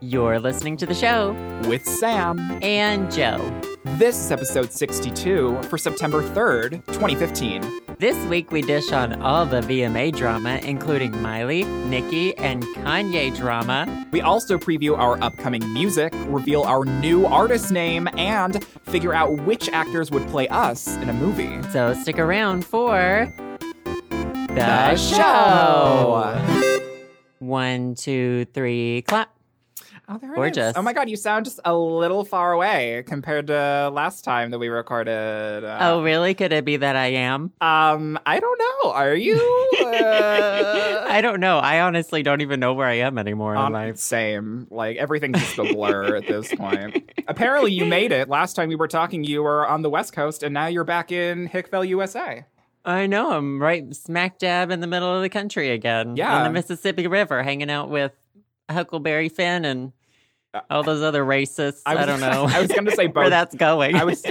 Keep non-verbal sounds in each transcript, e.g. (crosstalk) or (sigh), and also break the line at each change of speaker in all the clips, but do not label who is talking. You're listening to the show
with Sam.
and Joe.
This is episode 62 for September 3rd, 2015.
This week we dish on all the VMA drama, including Miley, Nicki, and Kanye drama.
We also preview our upcoming music, reveal our new artist name, and figure out which actors would play us in a movie.
So stick around for the, One, two, three, clap.
Oh, there it is.
Gorgeous.
Oh my god, you sound just a little far away compared to last time that we recorded. Uh,
Oh, really? Could it be that I am? (gasps)
Um, I don't know. Are you?
(laughs)
Uh,
I don't know. I honestly don't even know where I am anymore in
Um,
life.
Same. Like everything's just a blur at this point. Apparently, you made it. Last time we were talking, you were on the West Coast, and now you're back in Hickville, USA.
I know. I'm right smack dab in the middle of the country again.
Yeah.
On the Mississippi River, hanging out with Huckleberry Finn and all those other racists. I,
was,
don't know
Uh, (laughs) I was going to say
(laughs) where
Bo.
that's going.
I was.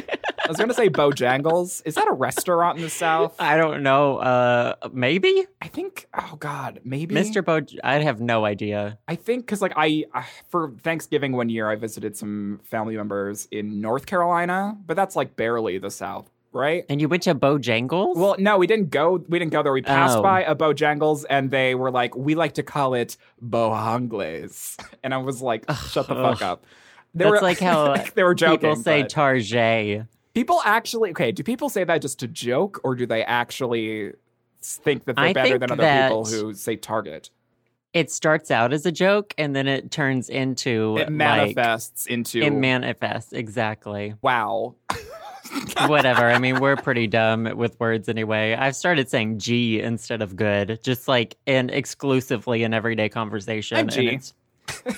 I was going to say Bojangles. Is that a
(laughs)
restaurant in the South?
(laughs) I don't know. Uh, maybe
I think. Oh God, maybe
Mr. Bo. I have no idea.
I think because like I I- for Thanksgiving one year I visited some family members in North Carolina, but that's like barely the South, right?
And you went to Bojangles?
Well, no, we didn't go. We didn't go there. We passed
Oh.
by a Bojangles, and they were like, "We like to call it Bojangles," (laughs) and I was like, "Shut the
ugh.
fuck up." They
that's
(laughs)
like how uh,
they were joking.
people say
but-
Tarjay.
people actually. Okay, do people say that just to joke, or do they actually s- think that they're
I
better
think
than other
that-
people who say Target?
It starts out as a joke and then it turns into
It
Like,
manifests into
it manifests exactly.
wow.
Whatever. I mean, we're pretty dumb with words anyway. I've started saying G instead of good, just like in exclusively in everyday conversation.
I'm G.
And it's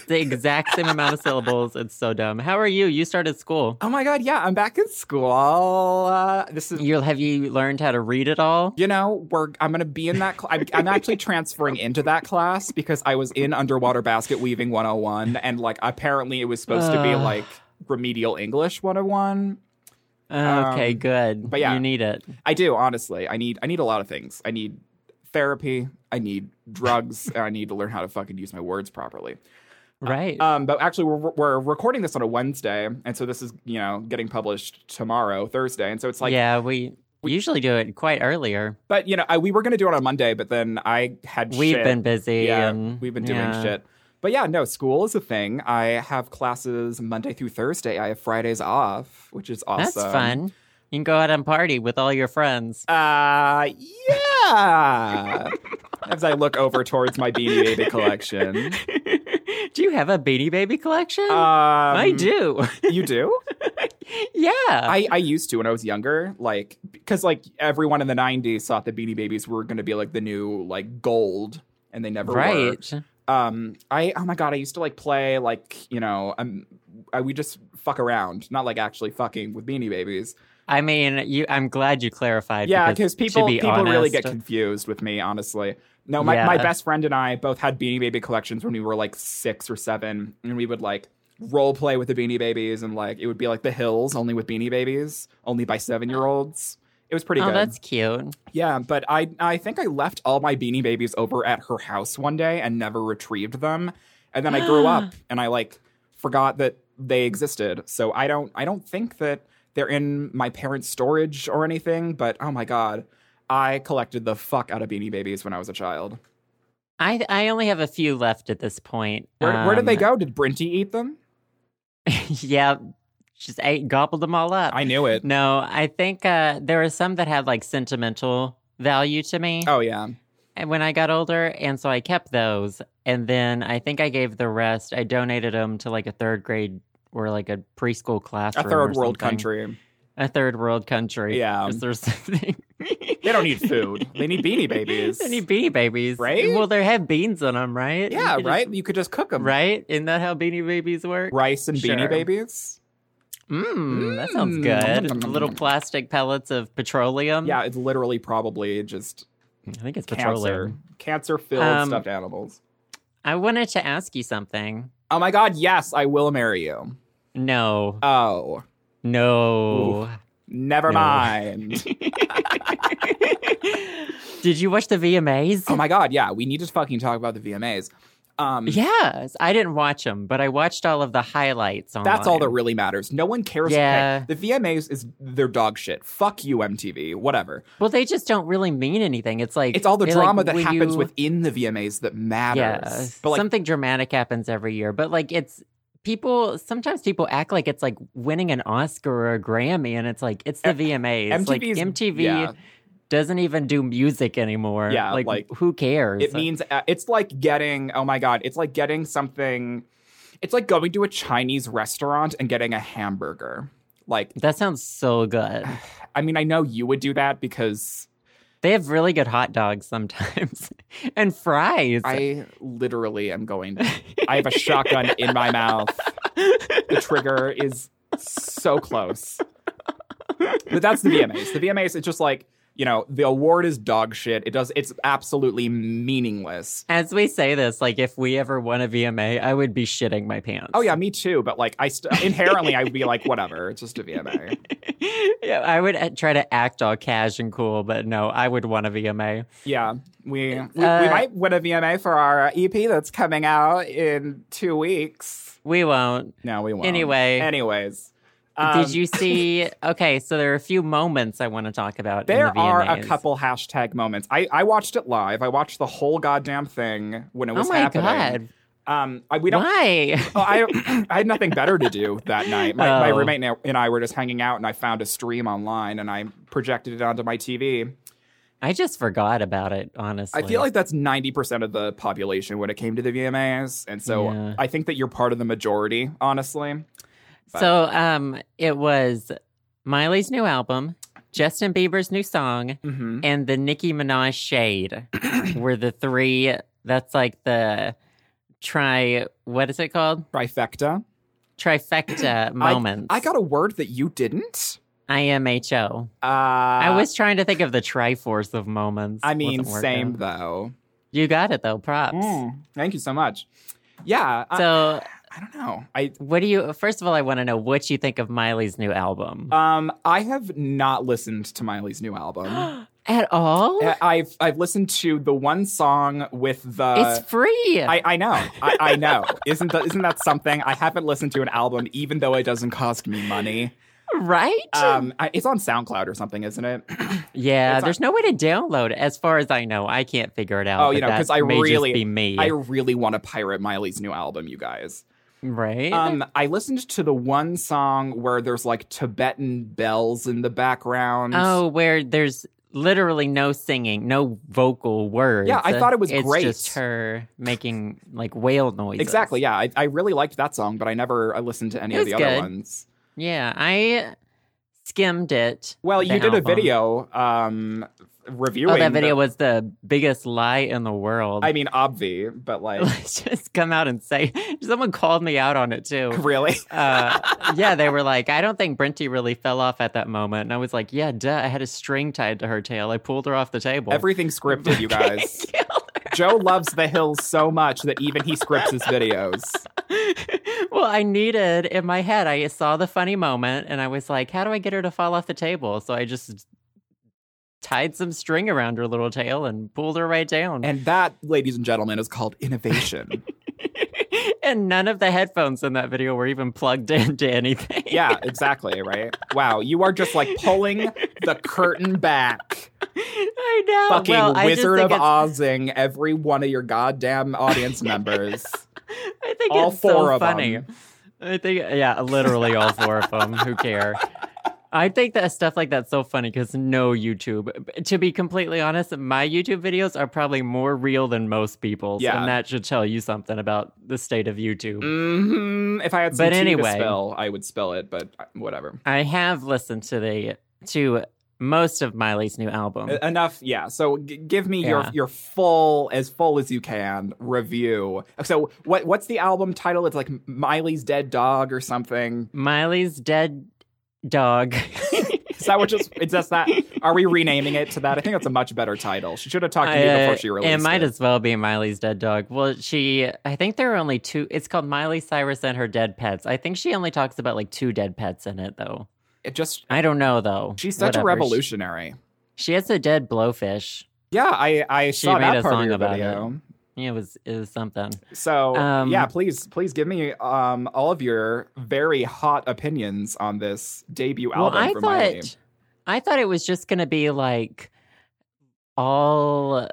the exact same amount of syllables. It's so dumb. How are you? You started school.
Oh my god, yeah, I'm back in school. Uh, this is
You have you learned how to read it all?
you know, we're I'm gonna be in that. Cl- I'm, I'm actually transferring into that class because I was in underwater basket weaving 101, and like apparently it was supposed to be
Ugh.
like remedial English 101.
Okay,
Um,
good.
but yeah. Uh,
you need it.
I do honestly. I need I need a lot of things. I need therapy. I need drugs. (laughs) and I need to learn how to fucking use my words properly.
Right.
Um, but actually, we're, we're recording this on a Wednesday, and so this is you know getting published tomorrow, Thursday, and so it's like
yeah, we, usually do it quite earlier.
But you know, I, we were gonna do it on Monday, but then I had
We've
shit.
been busy.
yeah,
and,
we've been doing
yeah.
shit. But yeah, no, school is a thing. I have classes Monday through Thursday. I have Fridays off, which is awesome.
That's fun. You can go out and party with all your
(laughs)
friends.
Uh, yeah. As I look over towards my Beanie Baby collection,
do you have a Beanie Baby collection? (laughs)
um,
I do.
You
(laughs)
do? (laughs)
yeah.
I, I used to when I was younger, like because like everyone in the '90s thought the Beanie Babies were going to be like the new like gold, and they never were.
right.
um i oh my god i used to like play like you know um I, we just fuck around not like actually fucking with beanie babies
I mean, you. I'm glad you clarified.
yeah
because
because
to
people
be
people really
honest- uh,
get confused with me honestly no my,
Yeah.
my best friend and i both had beanie baby collections when we were like six or seven and we would like role play with the beanie babies and like it would be like the hills only with beanie babies only by seven year olds it was pretty
Oh,
good
that's cute.
yeah, but I I think I left all my beanie babies over at her house one day and never retrieved them. And then I
(gasps)
grew up and I like forgot that they existed. So I don't I don't think that they're in my parents' storage or anything, but oh my god. I collected the fuck out of beanie babies when I was a child.
I I only have a few left at this point.
Where, where did they
Um,
go? Did Brinty eat them?
(laughs) yeah, just ate gobbled them all up.
I knew it.
No, I think uh, there were some that had like sentimental value to me
Oh yeah.
and when I got older, and so I kept those. And then I think I gave the rest. I donated them to like a third grade or like a preschool classroom,
A
or
third world
something.
country.
a third world country.
Yeah.
is there something?
They don't need food. They need beanie
(laughs)
babies.
Any beanie babies,
Right?
Well, they have beans on them, right? You
yeah,
could just-
right? You could just cook them.
right? Isn't that how beanie babies work?
Rice and
Sure.
beanie babies.
Mmm, that sounds
Mm.
good. Little plastic pellets of petroleum.
Yeah, it's literally probably just
I think it's
cancer,
petroleum.
cancer filled
Um,
stuffed animals.
I wanted to ask you something.
Oh my god, yes, I will marry you.
No,
Oh,
no.
never
No.
mind.
(laughs) Did you watch the VMAs?
Um, oh my god, yeah, we need to fucking talk about the VMAs. Um,
Yes, I didn't watch them, but I watched all of the highlights on.
That's all that really matters. No one cares. okay,
Yeah.
the VMAs is their dog shit. Fuck you, MTV. Whatever.
Well, they just don't really mean anything. It's like
It's all the
they're like,
drama that
will
happens
you-
within the VMAs that matters.
Yeah,
But like,
something dramatic happens every year, but like it's people. Sometimes people act like it's like winning an Oscar or a Grammy, and it's like it's the
E,
VMAs. like
MTV's
MTV
yeah.
doesn't even do music anymore.
Yeah,
like,
like,
who cares?
it means uh, it's like getting. Oh my god, it's like getting something. It's like going to a Chinese restaurant and getting a hamburger. Like,
that sounds so good.
I mean, I know you would do that because
They have really good hot dogs sometimes (laughs) and fries.
I literally am going. I have a shotgun in my mouth. The trigger is so close. But that's the VMAs. The VMAs, it's just like, you know, the award is dog shit. It does it's absolutely meaningless.
As we say this, like if we ever won a VMA, I would be shitting my pants.
Oh yeah, me too, but like I st- inherently I would be like whatever, it's just a VMA.
(laughs) yeah, I would uh, try to act all cash and cool, but no, I would want a VMA.
Yeah. We we, we
Uh,
might win a VMA for our EP that's coming out in 2 weeks.
We won't.
No, we won't.
Anyway.
Anyways. um, (laughs)
Did you see? okay, so there are a few moments I want to talk about. in
There
the
are a
VMAs.
couple hashtag moments. I, I watched it live. I watched the whole goddamn thing when it
Oh
was
my
happening. God. Um, I, we don't.
Why? (laughs)
Oh, I I had nothing better to do that night. My, my
Oh.
roommate and I- and I were just hanging out, and I found a stream online, and I projected it onto my TV.
I just forgot about it. Honestly,
I feel like that's ninety percent of the population when it came to the VMAs, and so
Yeah.
I think that you're part of the majority, honestly.
so. Um, it was Miley's new album, Justin Bieber's new song,
hmm
and the Nicki Minaj
(clears throat)
shade were the three. That's like the try. What is it called?
Trifecta.
Trifecta
I-
moments.
I, got a word that you didn't.
IMHO.
Uh,
I was trying to think of the Triforce of moments.
I mean,
Wasn't
same
working.
though.
You got it though. Props.
Mm, thank you so much. Yeah, I,
So,
I don't know. I
what do you? First of all, I want to know what you think of Miley's new album
um I have not listened to Miley's new album.
at all.
I- I've I've listened to the one song with the.
it's free.
uh, I, I know. I, I know. Isn't that isn't that something? I haven't listened to an album, even though it doesn't cost me money.
right?
Um, I, it's on SoundCloud or something, isn't it?
yeah.
it's-
There's no way to download. it. As far as I know, I can't figure it out.
Oh, you
but
know, 'cause
that
I
may just
really-
be me,
I really want to pirate Miley's new album, you guys.
right?
Um, I listened to the one song where there's like Tibetan bells in the background.
oh, where there's literally no singing, no vocal words.
Yeah, I thought it was
it's
great.
Just her making like whale noises.
Exactly. Yeah, I, I really liked that song, but I never I listened to any
It
of the
was
other
good.
ones.
Yeah, I skimmed it.
Well,
the
you did a
album.
video um reviewing.
Oh, that video
the-
was the biggest lie in the world.
I mean, obvi, but
(laughs)
like, (laughs)
Let's just come out and say (laughs) someone called me out on it too.
really? (laughs)
Uh, yeah, they were like, I don't think Brenty really fell off at that moment, and I was like, Yeah, duh. I had a string tied to her tail. I pulled her off the table.
Everything scripted, you guys. Joe loves the hills so much that even he scripts his videos.
(laughs) well, I needed in my head. I saw the funny moment, and I was like, How do I get her to fall off the table? So I just tied some string around her little tail and pulled her right down.
And that, ladies and gentlemen, is called innovation.
(laughs) and none of the headphones in that video were even plugged (laughs) into anything.
yeah, exactly, right? Wow, you are just like pulling the curtain back.
I know.
Fucking
(laughs) well, I just
Wizard
think
of
it's-
Ozing every one of your goddamn audience members.
I think
All
it's
four
so
of
funny.
them.
I think, yeah, literally all four of them. Who
(laughs)
care? I think that stuff like that's so funny because no YouTube. To be completely honest, my YouTube videos are probably more real than most people's,
Yeah.
and that should tell you something about the state of YouTube.
hmm If I had some
But
tea
anyway.
to spill, I would spill it. But uh, whatever.
I have listened to the to most of Miley's new album.
E- Enough. Yeah. So g- give me your
Yeah.
your full as full as you can review. So what what's the album title? It's like Miley's Dead Dog or something.
Miley's dead dog.
Is that what just it's just that? Are we renaming it to that? I think that's a much better title. She should have talked to me
Uh,
before she released
it
it.
might as well be Miley's dead dog. Well, she, I think there are only two. It's called Miley Cyrus and her dead pets. I think she only talks about like two dead pets in it, though.
It just
I don't know though.
she's such
Whatever.
a revolutionary.
She, she has a dead blowfish.
yeah, I I
She
saw
made
that
a
part of
song
your
about
video.
It was it was something.
So
Um,
yeah, please, please give me um, all of your very hot opinions on this debut album
well, I
from Miley.
thought I thought it was just gonna be like all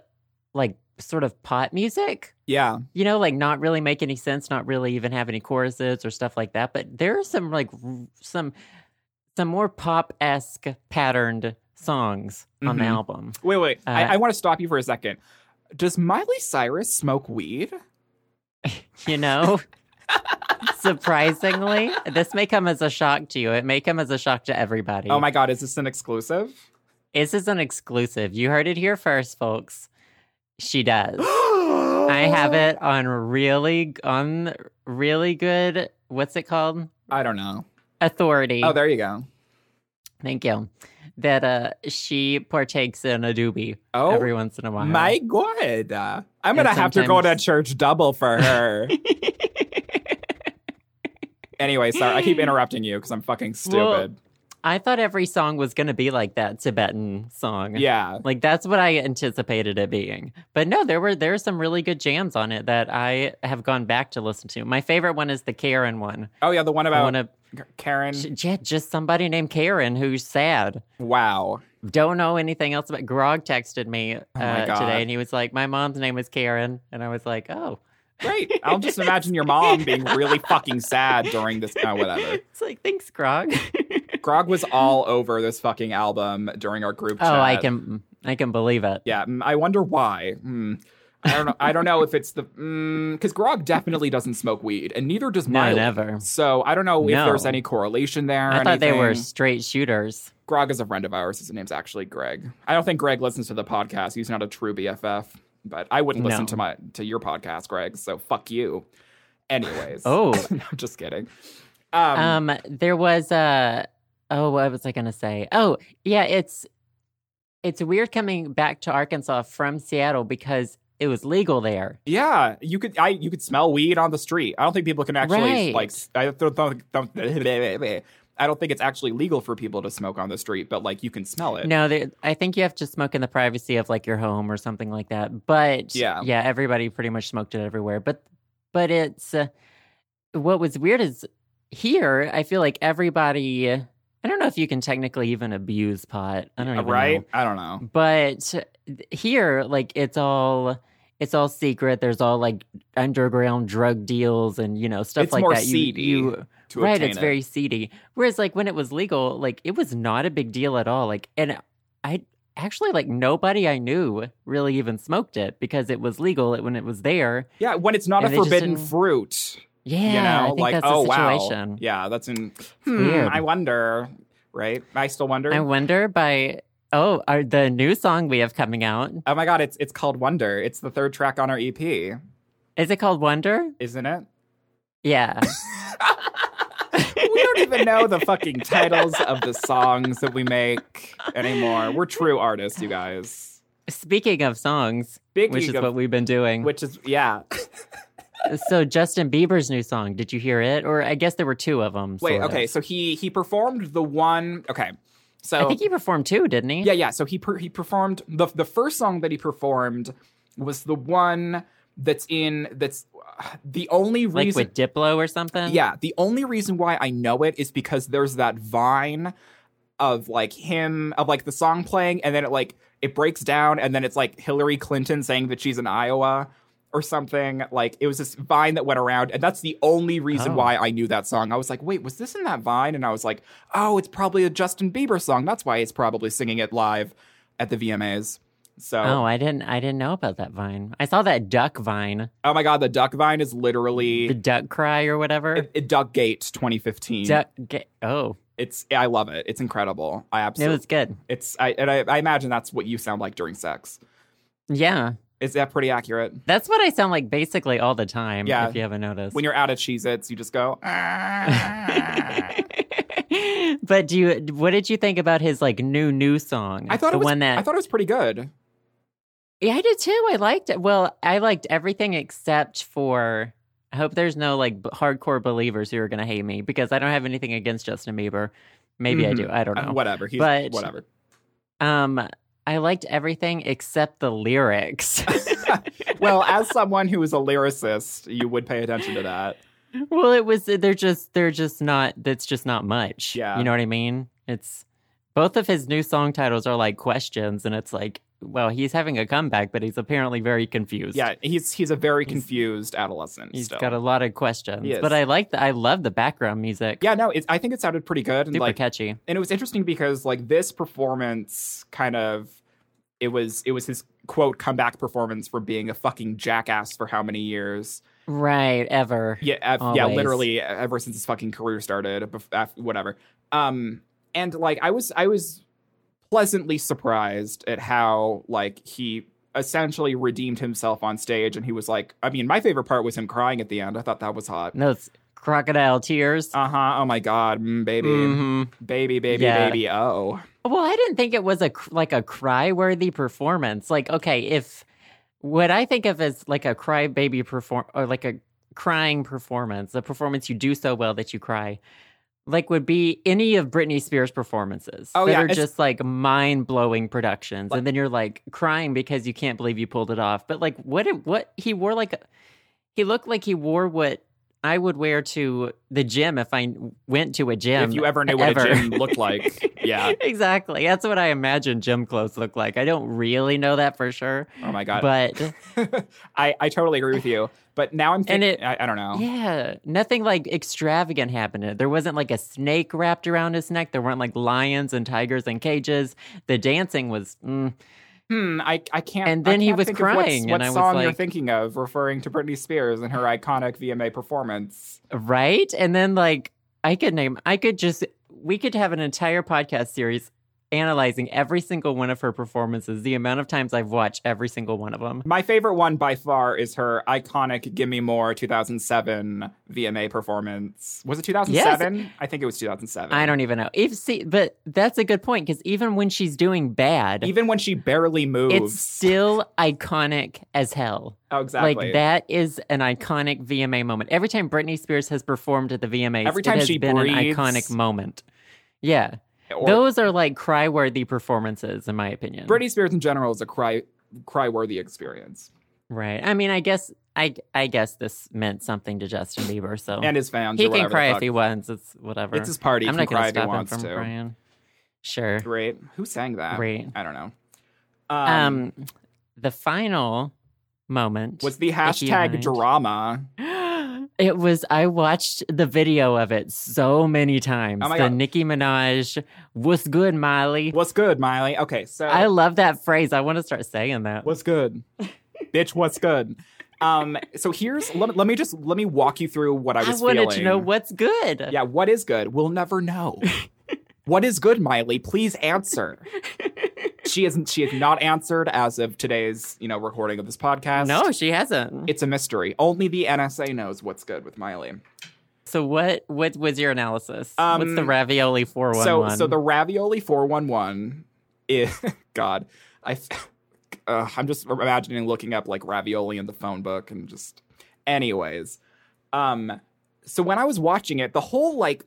like sort of pot music.
Yeah,
You know, like not really make any sense, not really even have any choruses or stuff like that. But there are some like r- some some more pop esque patterned songs on the
Mhm.
album.
wait, wait,
Uh,
I, I want to stop you for a second. Does Miley Cyrus smoke weed?
you know? (laughs) Surprisingly, this may come as a shock to you. It may come as a shock to everybody.
Oh my god, is this an exclusive? (gasps)
This is an exclusive. You heard it here first, folks. She does.
(gasps)
I
I
have it on really on really good what's it called?
I don't know.
Authority.
Oh, there you go.
Thank you. That uh she partakes in a doobie
Oh
every once in a while.
my god, Uh, I'm gonna
And
have to go to
sometimes-
church double
(laughs)
for her. anyway, sorry,
(laughs)
I keep interrupting you because I'm fucking stupid.
I thought every song was gonna be like that Tibetan song.
yeah,
Like that's what I anticipated it being. But no, there were there are some really good jams on it that I have gone back to listen to. My favorite one is the Karen one.
Oh yeah, the one
I
about Mm.
want to
Karen.
yeah, just somebody named Karen who's sad.
wow.
Don't know anything else about Grog texted me uh,
Oh my God.
today and he was like, My mom's name is Karen and I was like, Oh.
Great. (laughs) I'll just imagine your mom being really fucking sad during this. Oh, whatever.
It's like, thanks, Grog. (laughs)
Grog was all over this fucking album during our group chat.
oh, I can I can believe it.
Yeah, mm, I wonder why. Hmm. I don't know. I don't know if it's the because Grog definitely doesn't smoke weed, and neither does
No,
Miley.
never.
So I don't know if
No.
there's any correlation there. or
I thought they were
anything.
straight shooters.
Grog is a friend of ours. His name's actually Greg. I don't think Greg listens to the podcast. He's not a true BFF, but I wouldn't listen
No.
to my to your podcast, Greg. So fuck you. Anyways,
Oh.
(laughs) no, I'm just kidding. Um,
Um, there was uh oh, what was I gonna say? Oh, yeah, it's it's weird coming back to Arkansas from Seattle because it was legal there.
yeah, you could I you could smell weed on the street. I don't think people can actually
Right.
like. s- I don't, don't- don't- I don't (laughs) think it's actually legal for people to smoke on the street, but like you can smell it.
No, there, I think you have to smoke in the privacy of like your home or something like that. But
Yeah.
yeah, everybody pretty much smoked it everywhere. But but it's uh, what was weird is here. I feel like everybody. I don't know if you can technically even abuse pot. I don't even know.
Uh, right? I don't know.
but here like it's all it's all secret there's all like underground drug deals and you know stuff
It's
like
more
that You-
seedy
you,
To
right
obtain
it's
it.
very seedy whereas like when it was legal like it was not a big deal at all like and i actually like nobody i knew really even smoked it because it was legal it, when it was there
yeah when it's not a
and they just
forbidden
didn't-
fruit.
yeah
you know,
i think
like
that's
oh
the
wow,
situation
yeah, that's in. Hmm,
weird.
I wonder, right? I still wonder.
i wonder by oh are the new song we have coming out
oh my god, it's it's called Wonder. It's the third track on our EP,
is it called wonder
isn't it?
yeah
(laughs) We don't even know the fucking titles of the songs that we make anymore. We're true artists, you guys.
(laughs) Speaking of songs,
Speaking
which is
of-
what we've been doing.
Which is (laughs) yeah.
so Justin Bieber's new song, did you hear it? Or I guess there were two of them.
Wait,
sort of.
okay. So he he performed the one. Okay, so
I think he performed two, didn't he?
Yeah, yeah. So he per- he performed the the first song that he performed was the one that's in that's uh, the only
like
reason.
with Diplo or something.
yeah, the only reason why I know it is because there's that vine of like him of like the song playing and then it like it breaks down and then it's like Hillary Clinton saying that she's in Iowa or something like it was this vine that went around and that's the only reason
Oh.
why I knew that song. I was like, "Wait, was this in that vine?" and I was like, "Oh, it's probably a Justin Bieber song. That's why he's probably singing it live at the VMAs." So,
Oh, I didn't. I didn't know about that vine. I saw that duck vine,
oh my god, the duck vine is literally
the duck cry or whatever.
it, it Duck Gate 2015.
duck. Ga- oh,
It's I love it. It's incredible. I
it
absolutely
was good.
it's I and I, I imagine that's what you sound like during sex.
Yeah,
Is that pretty accurate?
that's what I sound like basically all the time.
Yeah.
if you haven't noticed. (laughs)
When you're out of Cheez Its, you just go
(laughs)
"Ah."
but do you? What did you think about his like new new song?
I thought
the
it was
one that
I thought it was pretty good.
Yeah, I did too. I liked it. Well, I liked everything except for. I hope there's no like b- hardcore believers who are going to hate me because I don't have anything against Justin Bieber. Maybe I do. I don't
Uh,
know.
whatever. He's
But-
whatever.
Um, I liked everything except the lyrics. (laughs)
well, as someone who is a lyricist, you would pay attention to that.
well, it was they're just they're just not that's just not much.
Yeah.
You know what I mean? It's both of his new song titles are like questions and it's like, well, he's having a comeback, but he's apparently very confused.
Yeah, he's he's a very
He's-
confused adolescent.
He's
still.
got a lot of questions.
Yes.
But I like the I love the background music.
yeah, no, it's, I think it sounded pretty good, and
Super
like,
catchy.
and it was interesting because like this performance kind of, it was it was his quote comeback performance for being a fucking jackass for how many years?
Right, ever.
Yeah, ev- yeah,
Always.
literally e-, ever since his fucking career started, bef- af- whatever. Um, and like I was I was pleasantly surprised at how like he essentially redeemed himself on stage, and he was like, I mean, my favorite part was him crying at the end. I thought that was hot.
No, it's crocodile tears.
Uh huh. Oh my God, mm, baby,
Mhm.
baby, baby,
Yeah.
baby. Oh,
Well, I didn't think it was a cr- like a cry-worthy performance. Like, okay, if what I think of as like a crybaby perform or like a crying performance, a performance you do so well that you cry, like would be any of Britney Spears' performances
Oh,
that
yeah,
are
it's-
just like mind-blowing productions, and then you're like crying because you can't believe you pulled it off. But like, what it, what he wore like a- he looked like he wore what. I would wear to the gym if I went to a gym.
if you ever knew what
ever.
a gym looked like,
(laughs)
yeah.
exactly. That's what I imagine gym clothes look like. I don't really know that for sure,
Oh my God.
but
(laughs) I I totally agree with you. But now I'm
And
thinking.
it-
I, I don't know.
yeah, nothing like extravagant happened. in it. There wasn't like a snake wrapped around his neck. There weren't like lions and tigers in cages. The dancing was mm,
Hmm. I I can't.
And
I
then he
can't
was
think of what's-
crying, and
What
I was
song you're
like-
thinking of, referring to Britney Spears and her iconic VMA performance?
right, and then like I could name. I could just. We could have an entire podcast series analyzing every single one of her performances. The amount of times I've watched every single one of them.
My favorite one by far is her iconic "Gimme More" 2007 VMA performance. Was it 2007? I think it was 2007.
I don't even know. If see, but that's a good point because even when she's doing bad,
Even when she barely moves.
it's still iconic as hell.
oh, exactly.
Like that is an iconic VMA moment. Every time Britney Spears has performed at the VMAs,
Every time
it has
she
been
breathes.
an iconic moment. Yeah,
Or-
those are like cry-worthy performances, in my opinion.
Britney Spears in general is a cry cry worthy experience,
right? I mean, I guess I I guess this meant something to Justin Bieber, so
and his fans.
Oh. he can
or whatever
cry
the
if
fuck.
he wants. It's whatever.
It's his party.
I'm
he
not
can
gonna
cry if he
stop him
wants
from
to.
crying. Sure.
Great. Who sang that?
Great.
I don't know.
Um, the final moment
was the
if you
hashtag
mind.
drama?
It was. I watched the video of it so many times.
Oh my
the
God.
Nicki Minaj, "What's good, Miley?"
What's good, Miley? Okay, so
I love that phrase. I want to start saying that. (laughs)
what's good, bitch? What's good? Um, so here's let, let me just let me walk you through what I
I,
was
wanted
feeling.
to know what's good.
Yeah, what is good? We'll
(laughs)
never know. what is good, Miley? Please answer. she isn't. She has not answered as of today's you know recording of this podcast.
No, she hasn't.
it's a mystery. Only the NSA knows what's good with Miley.
so what? What was your analysis? what's
Um,
the ravioli four one
So
one?
so the ravioli 411 is (laughs) God. I uh, I'm just imagining looking up like ravioli in the phone book and just anyways. Um so when I was watching it, the whole like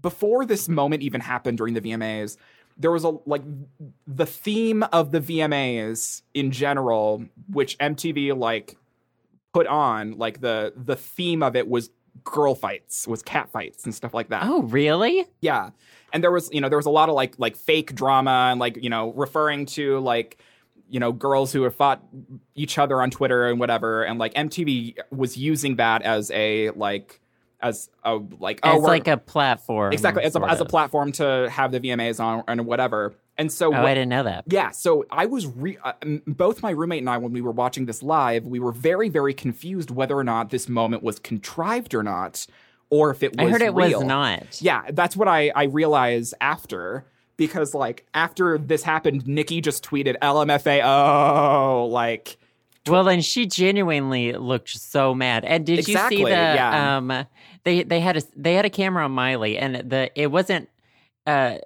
before this moment even happened during the VMAs, there was a like the theme of the VMAs in general, which MTV like put on, like the the theme of it was girl fights, was cat fights and stuff like that.
oh, really?
Yeah. And there was, you know, there was a lot of like like fake drama and like, you know, referring to like, you know, girls who have fought each other on Twitter and whatever. And like MTV was using that as a like as a like oh
As
we're-
like a platform.
exactly as a,
sort
as a
of.
platform to have the VMAs on and whatever. And so
Oh,
what-
I didn't know that.
yeah, so I was re- uh, m- both my roommate and I when we were watching this live, we were very very confused whether or not this moment was contrived or not or if it was
I heard it
real.
was not.
Yeah, that's what I I realize after because like after this happened, Nikki just tweeted LMFAO like
Well, and she genuinely looked so mad. And did you
Exactly,
see the
yeah.
um they they had a they had a camera on Miley and the it wasn't uh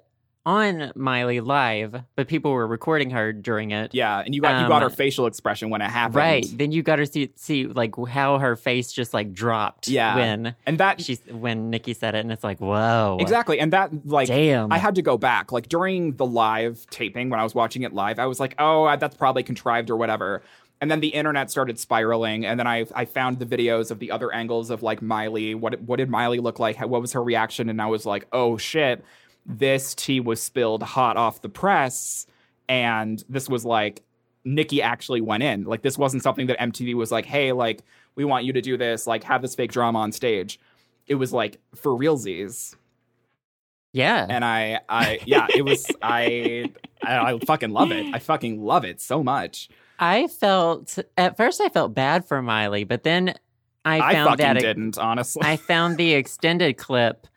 on Miley live, but people were recording her during it.
Yeah, and you got you got
Um,
her facial expression when it happened.
Right. Then you got to see, see like how her face just like dropped
Yeah.
when
And that
she's when Nikki said it and it's like, whoa.
exactly. And that like
Damn.
I had to go back. Like during the live taping when I was watching it live, I was like, "Oh, I- that's probably contrived or whatever." And then the internet started spiraling, and then I I found the videos of the other angles of like Miley. What what did Miley look like? How- What was her reaction? And I was like, "Oh shit, this tea was spilled hot off the press." and this was like Nikki actually went in. Like this wasn't something that MTV was like, "Hey, like we want you to do this, like have this fake drama on stage." It was like for realsies,
yeah.
and I, I, yeah, it was. I, I, I fucking love it. I fucking love it so much.
I felt at first I felt bad for Miley, but then I
I,
found
fucking
that
didn't, honestly.
I found the extended clip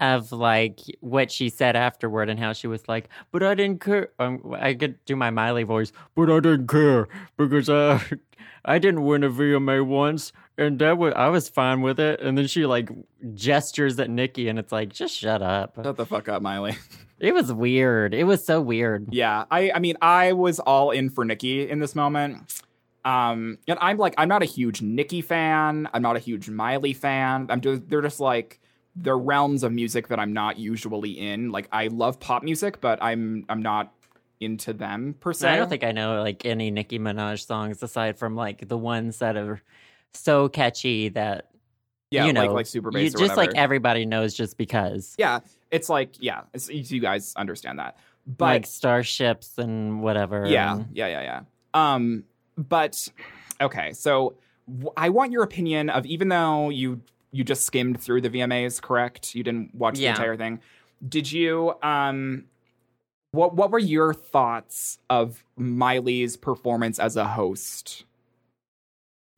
of like what she said afterward and how she was like, "But I didn't care." Um, I could do my Miley voice, "But I didn't care because I (laughs) I didn't win a VMA once." And that was I was fine with it, and then she like gestures at Nikki, and it's like, just shut up.
(laughs) Shut the fuck up, Miley.
It was weird. It was so weird.
Yeah, I I mean I was all in for Nikki in this moment. Um and I'm like I'm not a huge Nikki fan. I'm not a huge Miley fan. I'm just they're just like they're realms of music that I'm not usually in. Like I love pop music, but I'm I'm not into them per se.
I don't think I know like any Nicki Minaj songs aside from like the ones that are so catchy that
yeah,
you know,
like like super bass
you,
or
just like
whatever.
everybody knows just because.
yeah, it's like yeah, it's, you guys understand that. But
like starships and whatever.
Yeah,
and-
yeah, yeah, yeah. Um, but okay, so w- I want your opinion of even though you you just skimmed through the VMAs, correct? You didn't watch
Yeah.
the entire thing. Did you? Um, what what were your thoughts of Miley's performance as a host?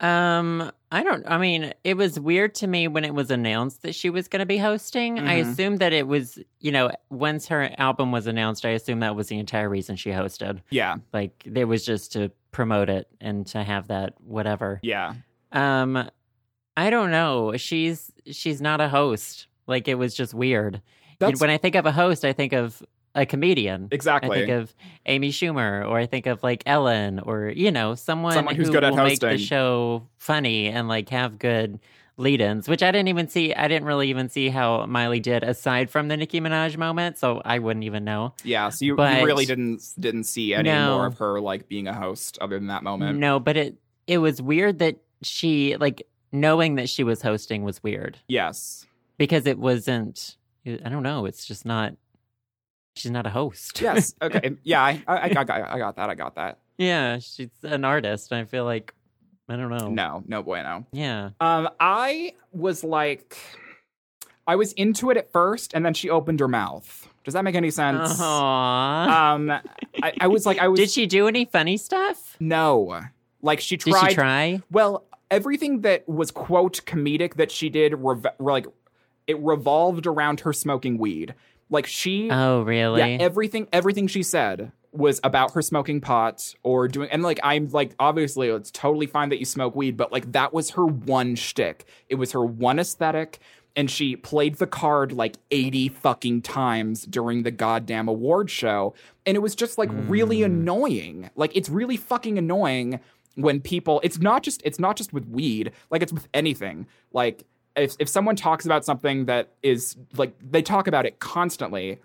Um, I don't. I mean, it was weird to me when it was announced that she was going to be hosting. I
Mhm.
assumed that it was, you know, once her album was announced, I assumed that was the entire reason she hosted.
Yeah,
Like, it was just to promote it and to have that whatever.
yeah,
Um, I don't know. She's she's not a host. Like, it was just weird.
that's
when I think of a host, I think of a comedian. I
exactly.
think of Amy Schumer, or I think of like Ellen, or you know, someone,
Someone who's
who
good at
will make the
hosting.
show funny and like have good lead-ins. Which I didn't even see. I didn't really even see how Miley did aside from the Nicki Minaj moment, so I wouldn't even know.
yeah, so you,
but-
you really didn't didn't see any
No.
more of her like being a host other than that moment.
No, but it it was weird that she like knowing that she was hosting was weird
Yes.
because it wasn't. I don't know. It's just not. She's not a host.
(laughs) Yes. Okay. yeah. I, I, I, got, I got that. I got that.
(laughs) yeah, she's an artist, and I feel like I don't know.
No. No bueno.
Yeah.
Um, I was like, I was into it at first, and then she opened her mouth. Does that make any sense?
Aww.
Um, I, I was like, I was
Uh-huh. (laughs) Did she do any funny stuff?
no, like she
Did
tried.
she try?
Well, everything that was quote comedic that she did, rev- like it revolved around her smoking weed. Like she
Oh, really?
Yeah, everything everything she said was about her smoking pot or doing and like I'm like obviously it's totally fine that you smoke weed, but like that was her one shtick. It was her one aesthetic, and she played the card like 80 fucking times during the goddamn award show. And it was just like really annoying. Like it's really fucking annoying when people it's not just it's not just with weed, like it's with anything. Like if, if someone talks about something that is like they talk about it constantly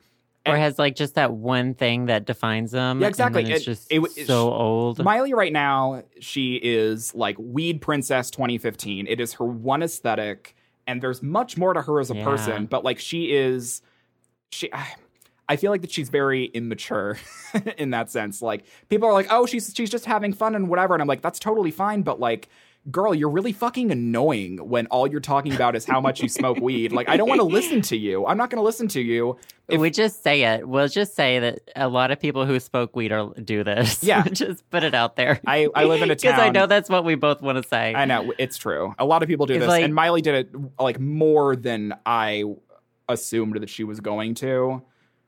or has like just that one thing that defines them?
Yeah,
and then
exactly.
it's
It-
just
it w-
so old.
Miley right now, she is like Weed Princess 2015. It is her one aesthetic, and there's much more to her as a
Yeah.
person, but like she is she I feel like that she's very immature (laughs) in that sense. Like people are like, "Oh, she's she's just having fun and whatever." And I'm like, "That's totally fine, but like Girl, you're really fucking annoying when all you're talking about is how much you smoke weed. Like, I don't want to listen to you. I'm not going to listen to you. if-
we just say it. We'll just say that a lot of people who spoke weed are, do this. (laughs)
Yeah.
just put it out there.
I,
(laughs)
I live in a town.
Because I know that's what we both want to say.
I know it's true. A lot of people do
It's
this,
like-
and Miley did it like more than I assumed that she was going to.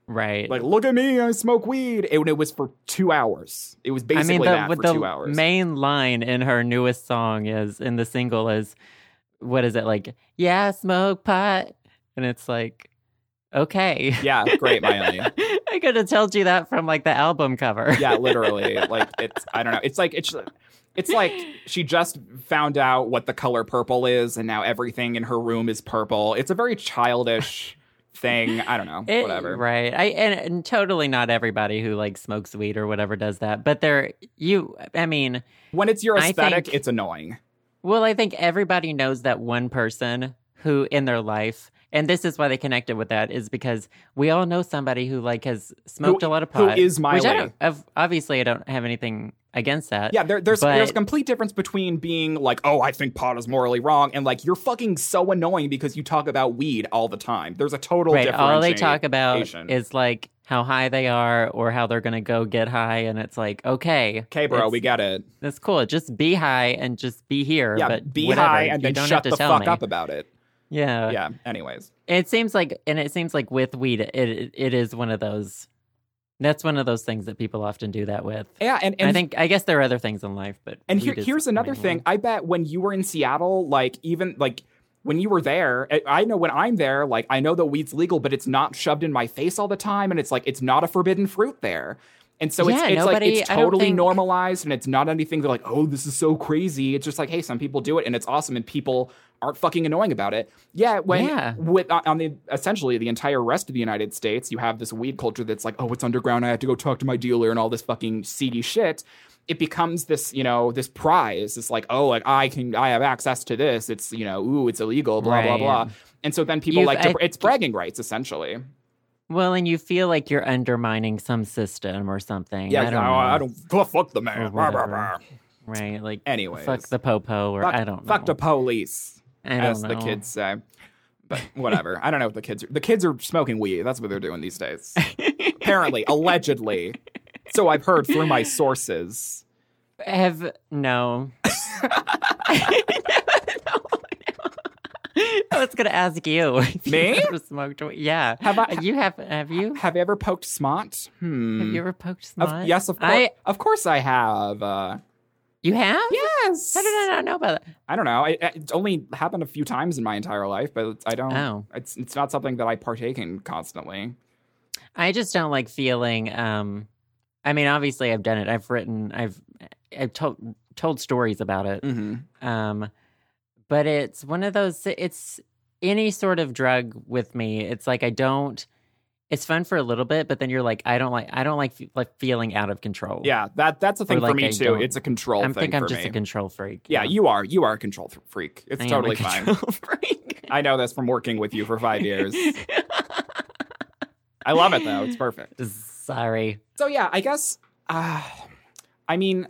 right.
Like, look at me, I smoke weed, and it was for two hours. It was
I
basically
mean,
that
the,
for
with the
two hours.
main line in her newest song is in the single is, what is it like? Yeah, I smoke pot, and it's like, Okay.
Yeah, great,
(laughs)
Miley.
I could have told you that from like the album cover.
Yeah, literally. Like it's I don't know. It's like it's it's like she just found out what the color purple is and now everything in her room is purple. It's a
(laughs)
very childish thing. I don't know.
It-
whatever.
Right. I and, and totally not everybody who like smokes weed or whatever does that. But there you I mean,
When it's your
I
aesthetic,
think-
it's annoying.
well, I think everybody knows that one person who in their life and this is why they connected with that is because we all know somebody who like has smoked a lot of
who
pot.
is
Which I
Miley.
don't, I've- obviously I don't have anything against that.
Yeah, there, there's
But-
there's a complete difference between being like, oh, I think pot is morally wrong, and like you're fucking so annoying because you talk about weed all the time. There's a total
right. All they
differentiation.
talk about is like how high they are or how they're gonna go get high, and it's like, okay,
okay, bro,
it's-
we get it.
that's cool. Just be high and just be here.
Yeah,
but
be
whatever.
high and
you
then
don't have
shut
to
the
tell
fuck
me.
up about it.
Yeah.
Yeah. Anyways,
It seems like, and it seems like with weed, it it, it is one of those. That's one of those things that people often do that with.
yeah, and, and
I think I guess there are other things in life, but
And
weed
here,
is
here's
the
another
main
thing.
one.
I bet when you were in Seattle, like even like when you were there, I- I know when I'm there, like I know that weed's legal, but it's not shoved in my face all the time, and it's like it's not a forbidden fruit there. And so it's,
Yeah,
it's
nobody-
like it's
I don't
totally
think-
normalized, and it's not anything that like oh this is so crazy. It's just like hey, some people do it, and it's awesome, and people aren't fucking annoying about it. Yeah, when
Yeah.
with uh, on the essentially the entire rest of the United States, you have this weed culture that's like, oh, it's underground. I have to go talk to my dealer and all this fucking seedy shit. It becomes this, you know, this prize. It's like, oh, like I can, I have access to this. It's, you know, ooh, it's illegal, blah blah
Right.
blah. And so then people
You've-
like, to,
I-
it's bragging rights essentially.
Well, and you feel like you're undermining some system or something.
Yeah,
I don't.
oh,
know.
I don't oh, fuck the
Or
man. Rah, rah,
whatever.
rah.
Right. Like.
Anyways.
Fuck the popo, or
Fuck,
I don't.
fuck
know.
the police,
I don't
as the
know. (laughs)
kids say. But whatever. I don't know what the kids are. The kids are smoking weed. That's what they're doing these days.
(laughs)
apparently, allegedly. So I've heard through my sources.
Have (laughs) no. I was gonna ask you. if you
Me?
ever smoked weed. Yeah.
Have I-
Uh, You have? Have you?
Have you ever poked smart? Hmm.
Have you ever poked
Of-
snot?
yes, of course.
I.
of course, I have. Uh,
You have?
yes.
How did I not know about that?
I don't know. I, I- it's only happened a few times in my entire life, but it's- I don't.
Oh.
It's it's not something that I partake in constantly.
I just don't like feeling. Um, I mean, obviously, I've done it. I've written. I've. I've told told stories about it.
Mm-hmm.
Um, but it's one of those. It's any sort of drug with me. It's like I don't. It's fun for a little bit, but then you're like, I don't like. I don't like fe- like feeling out of control.
Yeah, that that's a thing
like
for me
I
too.
don't-
It's a control
I
thing
think I'm
for
just
me.
a control freak.
yeah, you are. You are a control th- freak. It's
I am a (laughs)
totally fine.
control freak.
I know this from working with you for
(laughs)
five years. I love it though. It's perfect.
Sorry.
So yeah, I guess. Uh, I mean,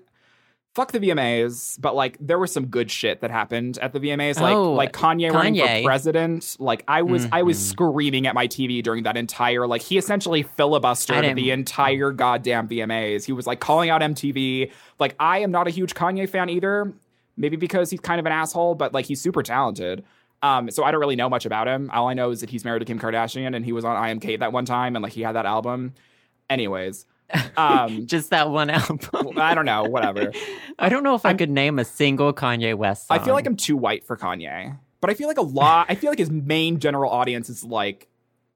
fuck the VMAs, but like there was some good shit that happened at the VMAs. Like
Oh,
like Kanye, running
Kanye. Mm-hmm.
for president. Like I was I was screaming at my TV during that entire like he essentially
I
filibustered
didn't-
the entire goddamn VMAs. He was like calling out MTV. Like I am not a huge Kanye fan either. Maybe because he's kind of an asshole, but like he's super talented. Um, so I don't really know much about him. All I know is that he's married to Kim Kardashian, and he was on IMK that one time, and like he had that album. Anyways,
(laughs)
um,
Just that one album.
I don't know, whatever.
(laughs) I don't know if i could name a single Kanye West song.
I feel like I'm too white for Kanye, but I feel like a lot. I feel like his main general audience is like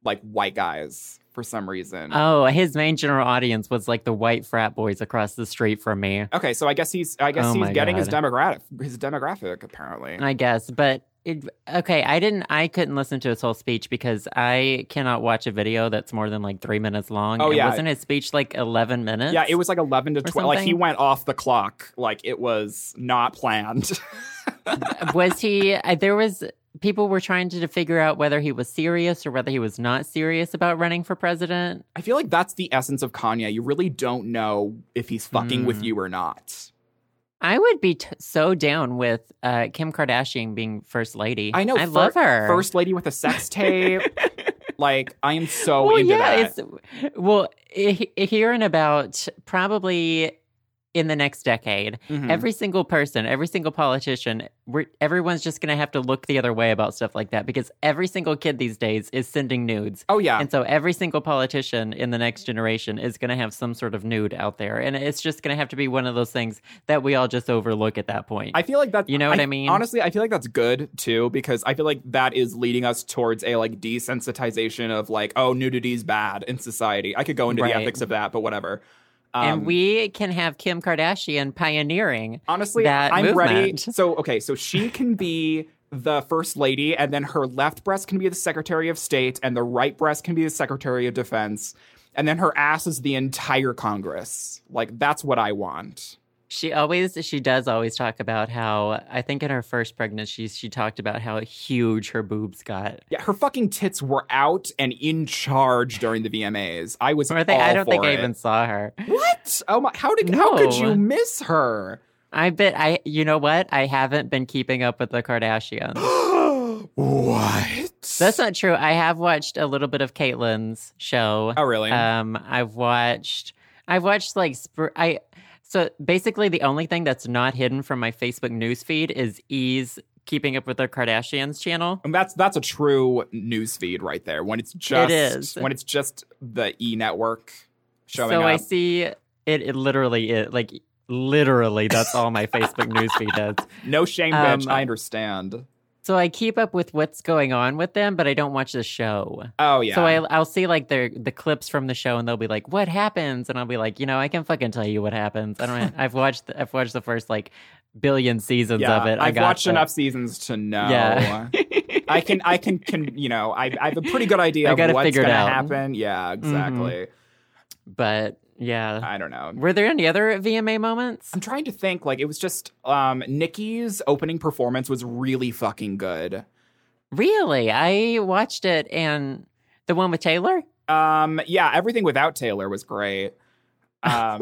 like white guys for some reason.
Oh, his main general audience was like the white frat boys across the street from me,
okay, so I guess he's I guess
Oh
he's
my
getting his
God. Uh,
demographic his demographic apparently.
I guess. But it, okay, I didn't, I couldn't listen to his whole speech because I cannot watch a video that's more than like three minutes long.
Oh,
And
yeah.
Wasn't his speech like 11 minutes?
yeah, it was like eleven to
Or
twelve. Like he
something.
went off the clock. Like it was not planned.
(laughs)
(laughs)
was he, I, there was, people were trying to figure out whether he was serious or whether he was not serious about running for president.
I feel like that's the essence of Kanye. You really don't know if he's fucking with
Mm.
you or not.
I would be t- so down with uh, Kim Kardashian being first lady.
I know.
I
fir-
love her.
First lady with
(laughs)
a sex tape. like I am so
well,
into
yeah,
that.
It's, well, he- hearing about probably in the next decade,
Mhm.
every single person, every single politician, we're, everyone's just going to have to look the other way about stuff like that because every single kid these days is sending nudes.
oh yeah,
And so every single politician in the next generation is going to have some sort of nude out there. And it's just going to have to be one of those things that we all just overlook at that point.
I feel like that's
You know what I mean?
Honestly, I feel like that's good too because I feel like that is leading us towards a like desensitization of like oh nudity's bad in society. I could go into
Right.
the ethics of that, but whatever. Um,
and we can have Kim Kardashian pioneering.
honestly,
that
I'm ready.
movement.
So okay, so she can be the first lady, and then her left breast can be the Secretary of State, and the right breast can be the Secretary of Defense, and then her ass is the entire Congress. Like that's what I want.
She always she does always talk about how I think in her first pregnancy she talked about how huge her boobs got.
Yeah, her fucking tits were out and in charge during the VMAs. I was.
Or they, I
all
don't think
for
I
it.
even saw her.
What? Oh my! How did? How could
No.
you miss her? (gasps)
I bet I you know what? I haven't been keeping up with the Kardashians.
(gasps) what?
That's not true. I have watched a little bit of Caitlyn's show.
oh really?
Um, I've watched. I've watched like sp- I. So basically, the only thing that's not hidden from my Facebook newsfeed is E's Keeping Up with the Kardashians channel.
And that's that's a true news feed right there. When it's just
is.
when it's just the E network showing
so
up.
I see it. It literally is like literally that's all
(laughs)
my Facebook newsfeed does.
no shame,
um,
bitch. I understand.
So I keep up with what's going on with them, but I don't watch the show.
Oh yeah.
So I, I'll see like their the clips from the show, and they'll be like, "What happens?" And I'll be like, "You know, I can fucking tell you what happens. I
(laughs)
don't. I've watched. I've watched the first like billion seasons
yeah,
of it. I
I've
got
watched
the-
enough seasons to know.
Yeah.
(laughs) I can I can can you know I I have a pretty good idea
I
of
gotta
what's
figure it
gonna
out. Mm-hmm.
happen. Yeah, exactly.
but yeah,
I don't know.
were there any other VMA moments?
I'm trying to think. Like it was just um Nikki's opening performance was really fucking good.
Really, I watched it, and the one with Taylor.
(laughs) Um, yeah, everything without Taylor
(laughs)
was great. Um,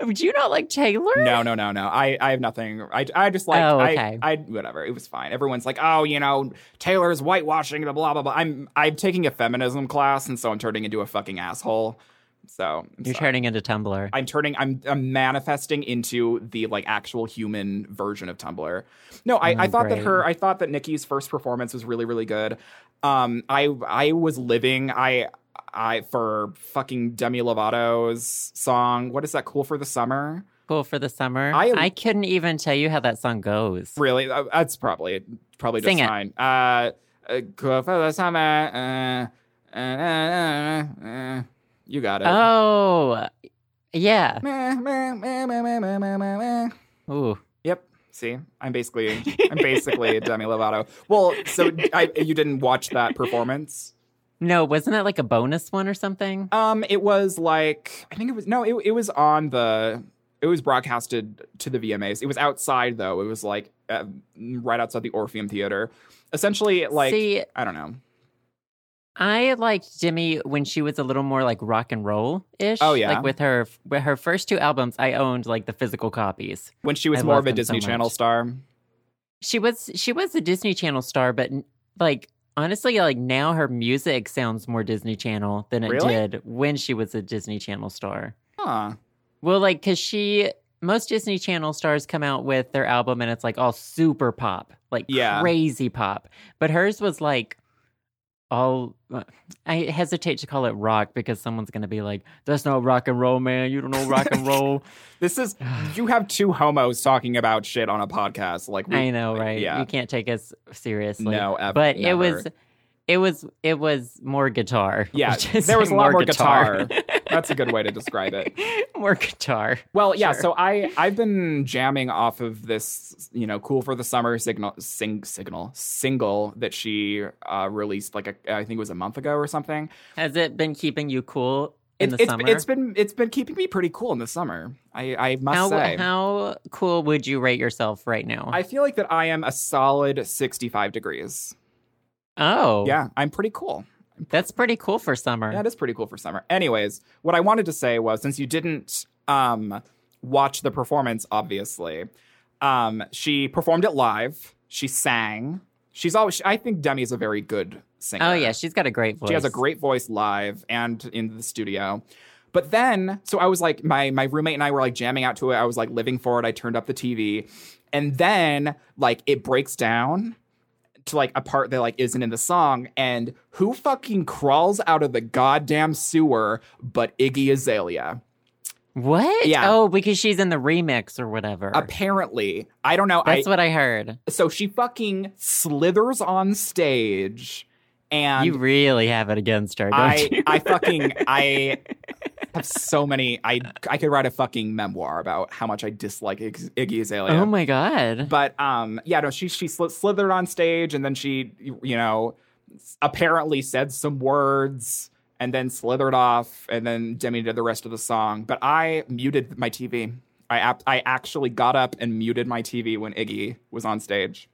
Do you not like Taylor?
no, no, no, no. I, I have nothing. I, I just like,
Oh,
I,
okay.
I, whatever. It was fine. Everyone's like, oh, you know, Taylor's whitewashing, blah, blah, blah, blah. I'm, I'm taking a feminism class, and so I'm turning into a fucking asshole. So I'm,
You're
sorry.
turning into Tumblr.
I'm turning, I'm, I'm manifesting into the like actual human version of Tumblr. No, I, I
Oh,
thought that
great.
her, I thought that Nikki's first performance was really, really good. Um, I, I was living, I, I for fucking Demi Lovato's song. What is that? Cool for the summer.
cool for the summer.
I-
I, couldn't even tell you how that song goes.
Really, Uh, that's probably probably just
Sing it.
fine. Uh, uh, go for the summer. Uh, uh, uh, uh, uh. you got it.
Oh, yeah.
Meh, meh, meh, meh, meh, meh, meh, meh, meh.
Ooh.
Yep. See, I'm basically
(laughs)
I'm basically Demi Lovato. Well, so I, you didn't watch that performance.
No, wasn't that like a bonus one or something?
Um, it was like I think it was no, it it was on the it was broadcasted to the VMAs. It was outside though. It was like uh, right outside the Orpheum Theater. Essentially, like
See,
I don't know.
I liked Jimmy when she was a little more like rock and roll ish.
Oh, yeah.
like with her with her first two albums, I owned like the physical copies.
when she was
I
more of
loved
a
him so
Disney
much.
Channel star.
She was she was a Disney Channel star, but like honestly, like now her music sounds more Disney Channel than it
Really?
did when she was a Disney Channel star.
Huh.
Well, like because she most Disney Channel stars come out with their album and it's like all super pop, like
Yeah.
crazy pop. But hers was like all. uh, I hesitate to call it rock because someone's gonna be like, "That's not rock and roll, man. You don't know rock
(laughs)
and roll." (sighs)
This is you have two homos talking about shit on a podcast. Like we,
I know, right?
Yeah.
You can't take us seriously.
No, ev-
but it
never.
was. It was it was more guitar. (laughs)
Yeah,
Just
there was a
like
lot more guitar. That's a good way to describe it.
(laughs) more guitar.
Well, yeah.
Sure.
So I I've been jamming off of this, you know, cool for the summer signal sing signal single that she uh, released like a, I think it was a month ago or something.
Has it been keeping you cool in
It's-
the
it's-
summer?
it's been it's been keeping me pretty cool in the summer. I I must
How
say.
how cool would you rate yourself right now?
I feel like that I am a solid 65 degrees.
oh,
Yeah, I'm pretty cool.
that's pretty cool for summer.
That is pretty cool for summer. Anyways, what I wanted to say was since you didn't um, watch the performance, obviously, um, she performed it live. She sang. She's always. I think Demi is a very good singer.
oh yeah, she's got a great voice.
she has a great voice live and in the studio. But then, so I was like, my my roommate and I were like jamming out to it. I was like living for it. I turned up the TV, and then like it breaks down to like a part that like isn't in the song. And who fucking crawls out of the goddamn sewer but Iggy Azalea?
What?
Yeah.
Oh, because she's in the remix or whatever.
Apparently, I don't know. I,
That's what I heard.
so she fucking slithers on stage, and
you really have it against her, don't you?
(laughs) I I fucking I have so many. I I could write a fucking memoir about how much I dislike Ig- Iggy Azalea.
Oh my god.
But um, yeah, no, she she sli- slithered on stage and then she you know apparently said some words and then slithered off and then Demi did the rest of the song. But I muted my TV. I ap- I actually got up and muted my TV when Iggy was on stage.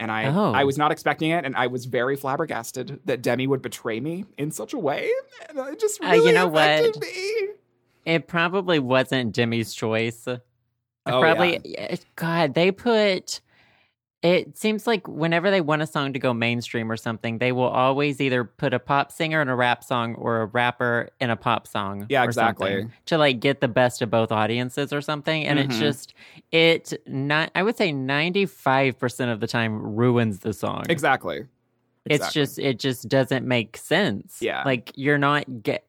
And I,
Oh.
I was not expecting it, and I was very flabbergasted that Demi would betray me in such a way. And it just
Uh,
really
you know what?
affected me.
It probably wasn't Jimmy's choice.
Oh,
probably yeah, God, they put it seems like whenever they want a song to go mainstream or something, they will always either put a pop singer in a rap song or a rapper in a pop song.
Yeah,
or something
exactly.
To like get the best of both audiences or something. And
Mhm.
it just it not I would say ninety five percent of the time ruins the song.
Exactly.
It's
Exactly.
just it just doesn't make sense.
Yeah.
Like you're not get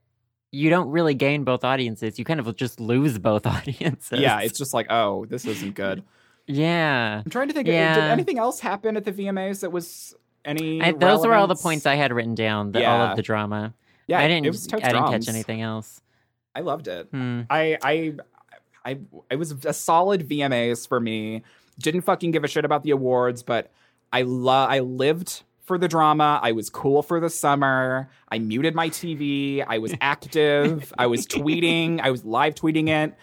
you don't really gain both audiences. You kind of just lose both (laughs) audiences.
yeah, it's just like, oh, this isn't good.
yeah.
I'm trying to think. Did
Yeah.
anything else happen at the VMAs that was any?
I, those were all the
relevance?
points I had written down. The, All
Yeah.
of the drama.
Yeah,
I didn't.
It was totes
I didn't catch
drums.
anything else.
I loved it.
Hmm.
I, I, I, it was a solid VMAs for me. Didn't fucking give a shit about the awards, but I love. I lived for the drama. I was cool for the summer. I muted my TV.
(laughs)
I was active. I was tweeting. I was live tweeting it.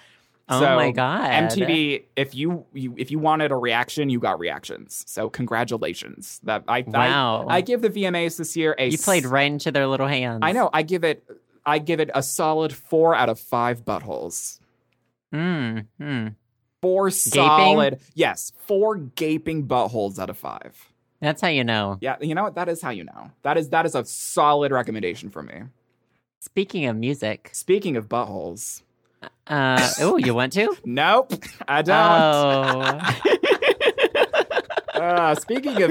Oh
So,
my god.
MTV, if you, you if you wanted a reaction, you got reactions. So congratulations. That I I-
Wow.
I, give the VMAs this year a
You played
s-
right into their little hands.
I know. I give it I give it a solid four out of five buttholes.
Mm, mm.
Four solid yes, four gaping buttholes out of five.
That's how you know.
Yeah, you know what? That is how you know. That is that is a solid recommendation for me.
Speaking of music,
Speaking of buttholes,
uh, oh, you want to?
nope, I (laughs) don't.
Oh,
Uh, speaking of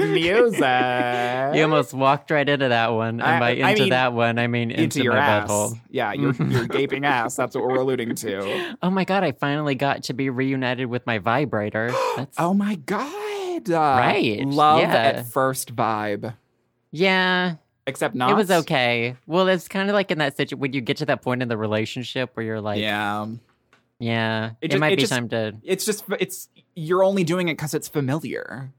(laughs)
music,
you almost walked right into that one. And
I-
by into
I mean,
that one, I mean into,
into, your
my
ass.
butthole. Mm-hmm.
Yeah, your, your gaping ass. That's what we're
(laughs)
alluding to.
Oh my god! I finally got to be reunited with my vibrator. That's
(gasps) Oh my god! Uh,
Right,
Love
yeah.
at first vibe.
yeah.
Except not.
It was okay. Well, it's kind of like in that situation when you get to that point in the relationship where you're like, yeah,
Yeah. It
it,
just-
might
it
be
just-
time to.
It's just it's you're only doing it because it's familiar.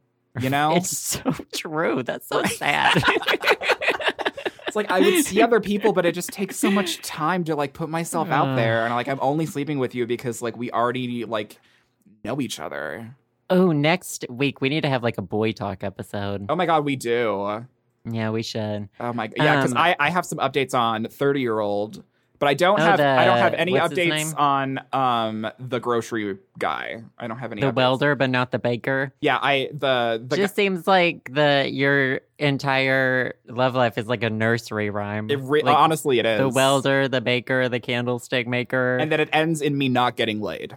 You
(laughs)
know,
It's so true. That's so sad.
(laughs) It's like I
(laughs)
would see other people, but it just takes so much time to like put myself out
Ugh.
there, and like I'm only sleeping with you because like we already like know each other.
oh, next week we need to have like a boy talk episode.
Oh my god, we do.
Yeah, we should.
Oh my god, yeah, because
Um,
I I have some updates on thirty year old, but I don't
Oh,
have I don't
the-
have any
what's his name?
updates on um the grocery guy. I don't have any.
The
updates.
welder, but not the baker.
Yeah, I the the
Just seems like the your entire love life is like a nursery rhyme.
guy, it re-
Like,
honestly it is
the welder, the baker, the candlestick maker.
and then it ends in me not
(laughs)
getting laid.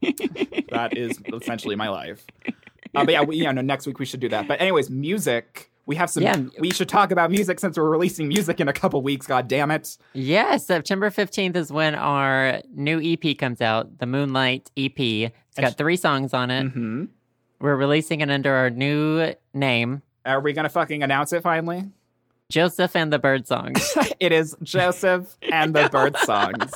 that is essentially my life. Uh, but yeah, we, yeah, no, next week we should do that. But anyways, music. We have some.
Yeah.
We should talk about music since we're releasing music in a couple weeks. God damn it!
Yeah, September 15th is when our new EP comes out, the Moonlight EP. It's got three songs on it.
hmm
We're releasing it under our new name,
Are we gonna fucking announce it finally?
Joseph and the Bird
(laughs)
Songs.
It is Joseph
(laughs)
and the Bird Songs.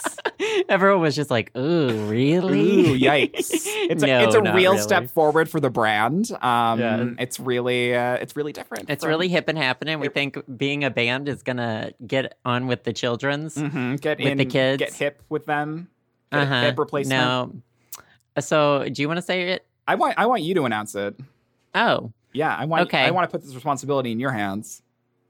Everyone was just like, ooh, really? (laughs)
Ooh, yikes! It's a,
No,
it's a
not
real
really.
step forward for the brand. Um,
Yeah.
it's really uh, it's really different.
It's
from-
really hip and happening. We think being a band is going to get on with the children's.
Mhm, get
with
in,
the kids. Uh-huh.
get hip with them. Get a Hip replacement.
No. So, do you want to say it?
I want I want you to announce it.
Oh,
Yeah, I want
Okay.
I want to put this responsibility in your hands.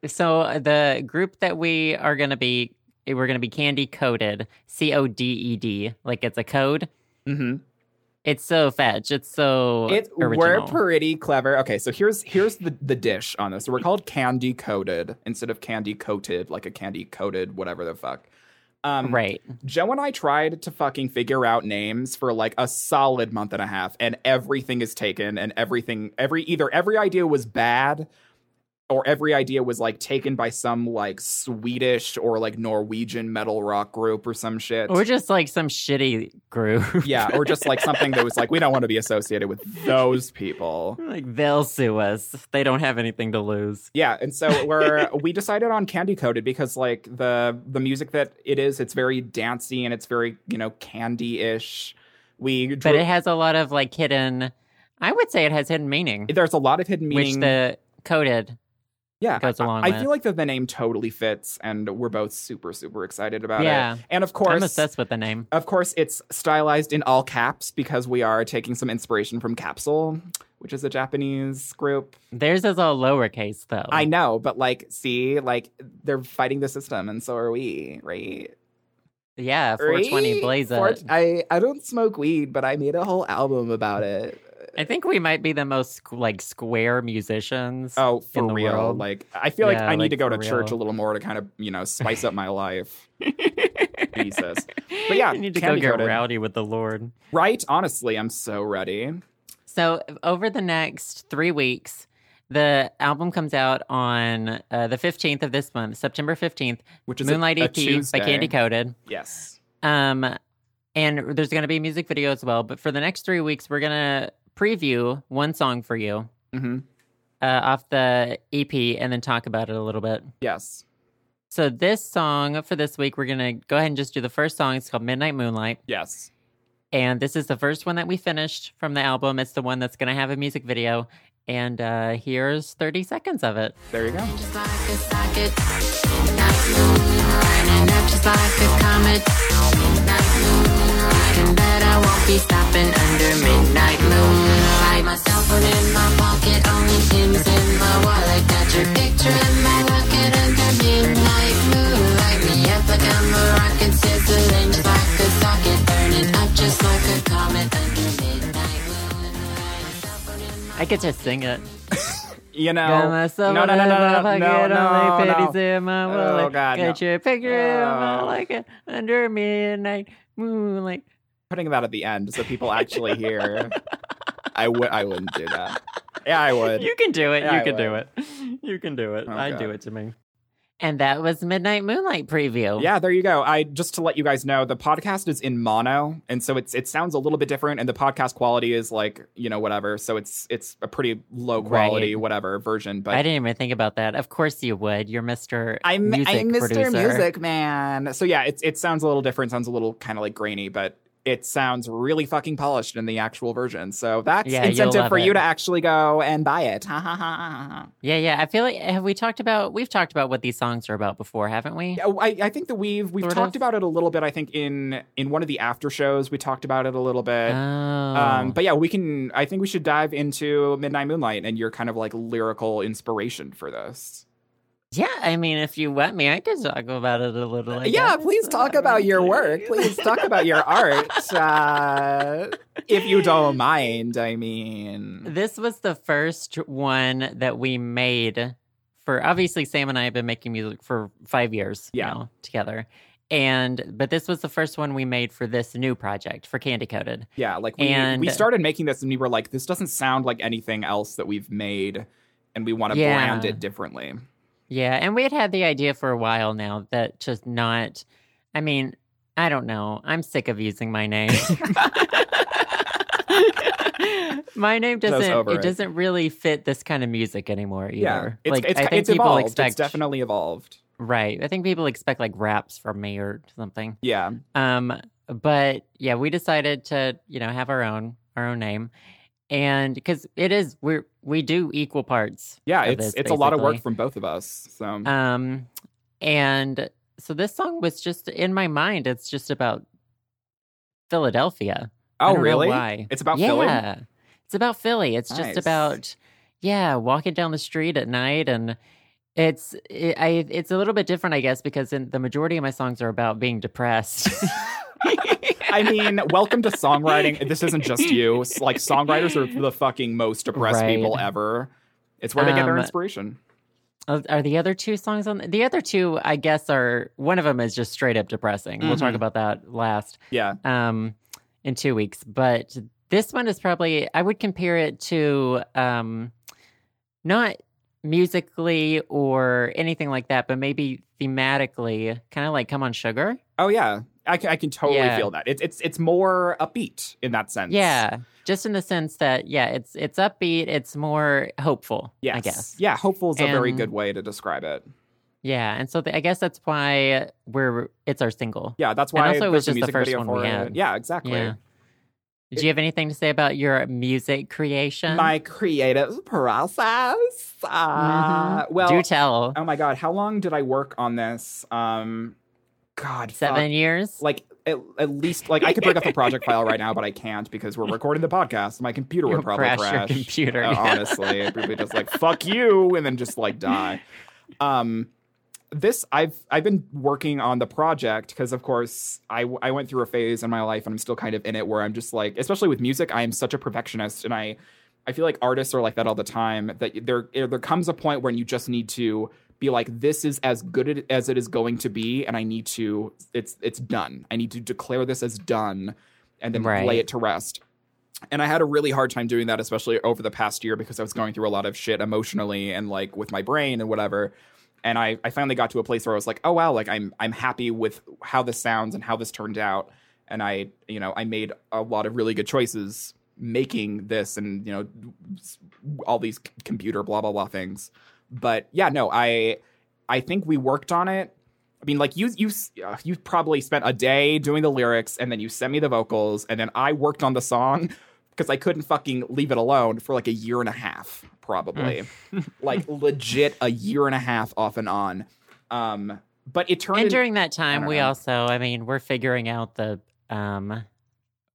So uh, the group that we are going to be, we're going to be candy coded, C O D E D, like it's a code.
Mm-hmm.
It's so fetch. It's so
It, we're
original.
pretty clever. Okay, so here's here's the, the dish on this. So we're called candy coated instead of candy coated, like a candy coated whatever the fuck. Um,
Right.
Joe and I tried to fucking figure out names for like a solid month and a half, and everything is taken, and everything, every either every idea was bad, or every idea was like taken by some like Swedish or like Norwegian metal rock group or some shit.
Or (laughs) just like some shitty group.
yeah, or just like something that was like, we don't want to be associated with those people.
like they'll sue us. They don't have anything to lose.
Yeah, and so we're we decided on candy coated because like the the music that it is, it's very dancey and it's very you know candy ish. We
But
drew-
it has a lot of like hidden I would say it has hidden meaning.
there's a lot of hidden meaning.
Which the coded
yeah,
goes along
I
with.
feel like that the name totally fits, and we're both super super excited about
Yeah.
it. And of
I'm
course,
obsessed with the name.
of course, it's stylized in all caps because we are taking some inspiration from Capsule, which is a Japanese group.
Theirs is all lowercase though.
I know, but like, see, like they're fighting the system, and so are we, right?
yeah, 420
Right?
blaze
Four-
it.
I I don't smoke weed, but I made a whole album about it.
I think we might be the most squ- like square musicians.
Oh, for
In the
real?
world.
Like, I feel like
Yeah,
I need
like,
to go to
for
church a
real.
little more to kind of you know
(laughs)
spice up my life. Jesus, but yeah,
you need to go
candy
get
coated.
rowdy with the Lord.
right? Honestly, I'm so ready.
So over the next three weeks, the album comes out on uh, the fifteenth of this month, September fifteenth.
Which is a-
Moonlight
a
EP
Tuesday.
by Candy Coated.
Yes,
Um, and there's going to be a music video as well. But for the next three weeks, we're going to preview one song for you
hmm
uh, off the EP, and then talk about it a little bit.
yes,
So this song for this week, we're going to go ahead and just do the first song. It's called Midnight Moonlight.
yes.
And this is the first one that we finished from the album. It's the one that's going to have a music video. And uh, here's 30 seconds of it.
There you go.
Just like a socket, not moon, lighting up just like a comet, not moon, lighting that I won't be stopping under midnight moonlight. My cell phone in my pocket, only Tim's in my wallet. Got your picture in my rocket under midnight moonlight. Me up like I'm a rocket, sizzling just like a socket, burning up just like a comet under midnight moonlight. Cell phone in my
I could just sing it.
You know,
Got my
no,
cell
no, no,
phone
no,
in my
no, no,
pocket, only
no,
pennies
no.
in my
Oh,
wallet. Got
God, no.
your picture in my
Oh.
like under midnight moonlight.
Putting that at the end so people
(laughs)
actually hear. I would. I wouldn't do that. Yeah, I would.
You can do it.
Yeah,
you
I
can do
will.
it. (laughs) You can do it.
Oh,
I do
God.
it to me. And that was Midnight Moonlight preview.
Yeah, there you go. I just to let you guys know, the podcast is in mono, and so it's it sounds a little bit different, and the podcast quality is like you know whatever. So it's it's a pretty low quality
Right.
whatever version. But
I didn't even think about that. Of course you would. You're Mr.
I'm
music
I'm Mr.
Producer.
Music Man. So yeah, it it sounds a little different. Sounds a little kind of like grainy, but it sounds really fucking polished in the actual version. So that's
Yeah, you'll
incentive
love
for you
it.
to actually go and buy it. Ha ha ha ha. ha.
Yeah, yeah. I feel like have we talked about we've talked about what these songs are about before, haven't we?
Yeah, I, I think that we've we've
Sort
talked
of.
about it a little bit. I think in in one of the after shows we talked about it a little bit.
Oh.
Um, but yeah, we can. I think we should dive into Midnight Moonlight and your kind of like lyrical inspiration for this.
yeah, I mean, if you want me, I could talk about it a little. I
yeah,
guess.
please talk about your work. Please talk about your art, uh, if you don't mind. I mean,
Mm. This was the first one that we made for obviously Sam and I have been making music for five years
Yeah.
now together. And but this was the first one we made for this new project for Candy Coated.
yeah, like we
And-
we started making this and we were like, this doesn't sound like anything else that we've made, and we want to
Yeah.
brand it differently.
Yeah, and we had had the idea for a while now that just not. I mean, I don't know. I'm sick of using my
(laughs)
name. my name
Just
doesn't.
over
It,
it.
doesn't really fit this kind of music anymore either.
Yeah, it's
like
it's,
I think
it's
people
evolved.
expect
It's definitely evolved.
right. I think people expect like raps from me or something.
Yeah,
Um, but yeah, we decided to you know have our own our own name, and because it is we're we do equal parts.
yeah,
of
it's
this,
it's a lot of
basically.
work from both of us. So
Um, and so this song was just in my mind. It's just about Philadelphia. I
oh
don't know
really?
why?
It's about
yeah,
Philly.
it's about Philly. It's just
Nice.
about yeah, walking down the street at night, and it's it, I it's a little bit different, I guess, because in, the majority of my songs are about being depressed.
(laughs) I mean, welcome to songwriting. This isn't just you. S- Like songwriters are the fucking most depressed
Right.
people ever. It's where they get their
Um,
inspiration.
Are are the other two songs on the other two? I guess are one of them is just straight up depressing. We'll talk
Mhm.
about that last
Yeah.
um, in two weeks. But this one is probably I would compare it to um, not musically or anything like that, but maybe thematically, kind of like "Come on, Sugar."
Oh yeah. I can, I can totally
Yeah.
feel that. It's it's it's more upbeat in that sense.
Yeah, just in the sense that yeah, it's it's upbeat, it's more hopeful.
Yes.
I guess.
Yeah, hopeful is a very
And-
good way to describe it.
Yeah, and so the, I guess that's why we're it's our single.
Yeah, that's
And
why
also it
there's
was
a
just the
music
first
video
one
for
we
it.
had.
Yeah, exactly.
Yeah. Do you have anything to say about your music creation?
My creative process. Uh,
Mhm.
Well,
do tell.
oh my god, how long did I work on this? Um, God, fuck.
Seven years.
Like at, at least like I could bring up the project file right now, but I can't because we're recording the podcast. My computer
You'll
would probably
crash your computer,
Uh,
yeah.
Honestly, it'd be just like fuck you, and then just like die. Um, this I've I've been working on the project because of course I I went through a phase in my life and I'm still kind of in it where I'm just like especially with music I am such a perfectionist and I I feel like artists are like that all the time that there eh, there comes a point when you just need to be like this is as good it- as it is going to be and I need to it's it's done I need to declare this as done and then
Right.
lay it to rest and I had a really hard time doing that, especially over the past year, because I was going through a lot of shit emotionally and like with my brain and whatever. And I, I finally got to a place where I was like, oh wow, like I'm I'm happy with how this sounds and how this turned out. And I, you know, I made a lot of really good choices making this and, you know, s- all these c- computer blah blah blah things. But yeah, no, I I think we worked on it. I mean, like you, you, uh, you probably spent a day doing the lyrics, and then you sent me the vocals, and then I worked on the song because I couldn't fucking leave it alone for like a year and a half, probably, like legit a year and a half off and on. Um, but it turned.
and
in-
during that time,
don't
we
know.
also, I mean, we're figuring out the um,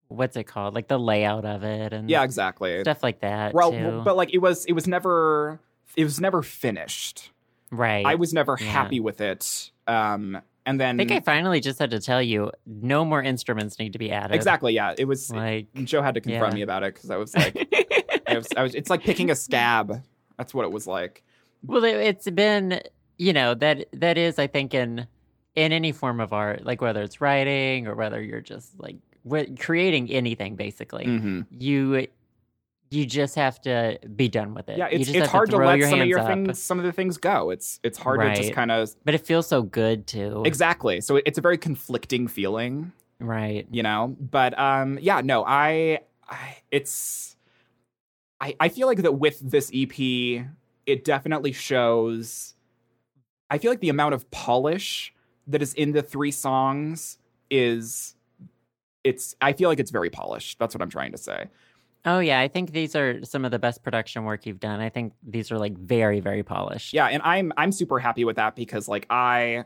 what's it called, like the layout of it and
yeah, exactly.
stuff like that.
Well,
too.
but like it was, it was never, it was never finished.
right.
I was never
Yeah.
happy with it. Um, and then
I think I finally just had to tell you, no more instruments need to be added.
exactly, yeah, it was.
Like, (laughs)
And Joe had to confront
Yeah.
me about it because I was like, I was, I was, it's like picking a stab. That's what it was like.
well, it, it's been, you know, that that is, I think, in in any form of art, like whether it's writing or whether you're just like what, creating anything, basically,
Mhm.
you you just have to be done with it.
Yeah,
you
it's
just
it's
have
hard to,
throw
let
your
some of
hands
your
up.
things, some of the things go. It's it's hard to just
Right.
kind of
but it feels so good too.
exactly. So it- it's a very conflicting feeling.
Right.
you know but um yeah no i, I it's i i feel like that with this ep it definitely shows i feel like the amount of polish that is in the three songs is it's i feel like it's very polished that's what i'm trying to say
Oh yeah, I think these are some of the best production work you've done. I think these are like very very polished.
yeah and i'm i'm super happy with that because like i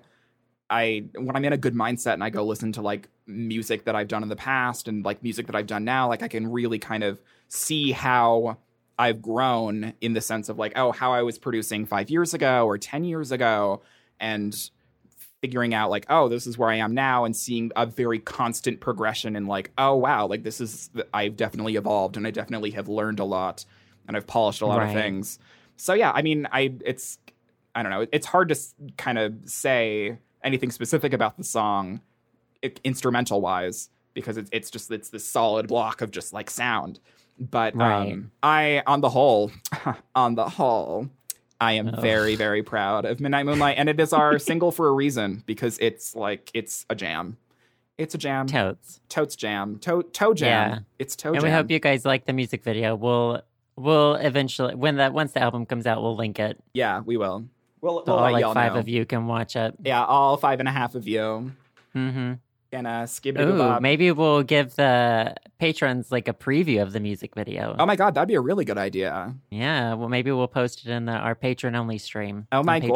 i when i'm in a good mindset and i go listen to like music that i've done in the past and like music that i've done now like i can really kind of see how i've grown in the sense of like oh how i was producing five years ago or ten years ago and figuring out like oh this is where i am now and seeing a very constant progression and like oh wow like this is i've definitely evolved and i definitely have learned a lot and i've polished a lot of
Right.
things so yeah i mean i it's i don't know it's hard to s- kind of say anything specific about the song instrumental wise because it's it's just it's this solid block of just like sound but
Right.
um i on the whole
(laughs)
on the whole I am
Oh.
very, very proud of Midnight Moonlight, and it
(laughs)
is our single for a reason because it's like it's a jam. It's a jam.
Totes.
Totes jam. To- toe jam.
Yeah.
It's toe
and
jam.
we hope you guys like the music video. We'll we'll eventually when that once the album comes out, we'll link it
yeah, we will. We'll,
so
we'll
all
let
like
y'all
five
know.
of you can watch it.
Yeah, all five and a half of you.
hmm
And uh, skibbity
Ooh,
bop.
maybe we'll give the patrons like a preview of the music video.
Oh my god, that'd be a really good idea.
Yeah, well, maybe we'll post it in the, our patron only stream.
Oh
on
my
Patreon.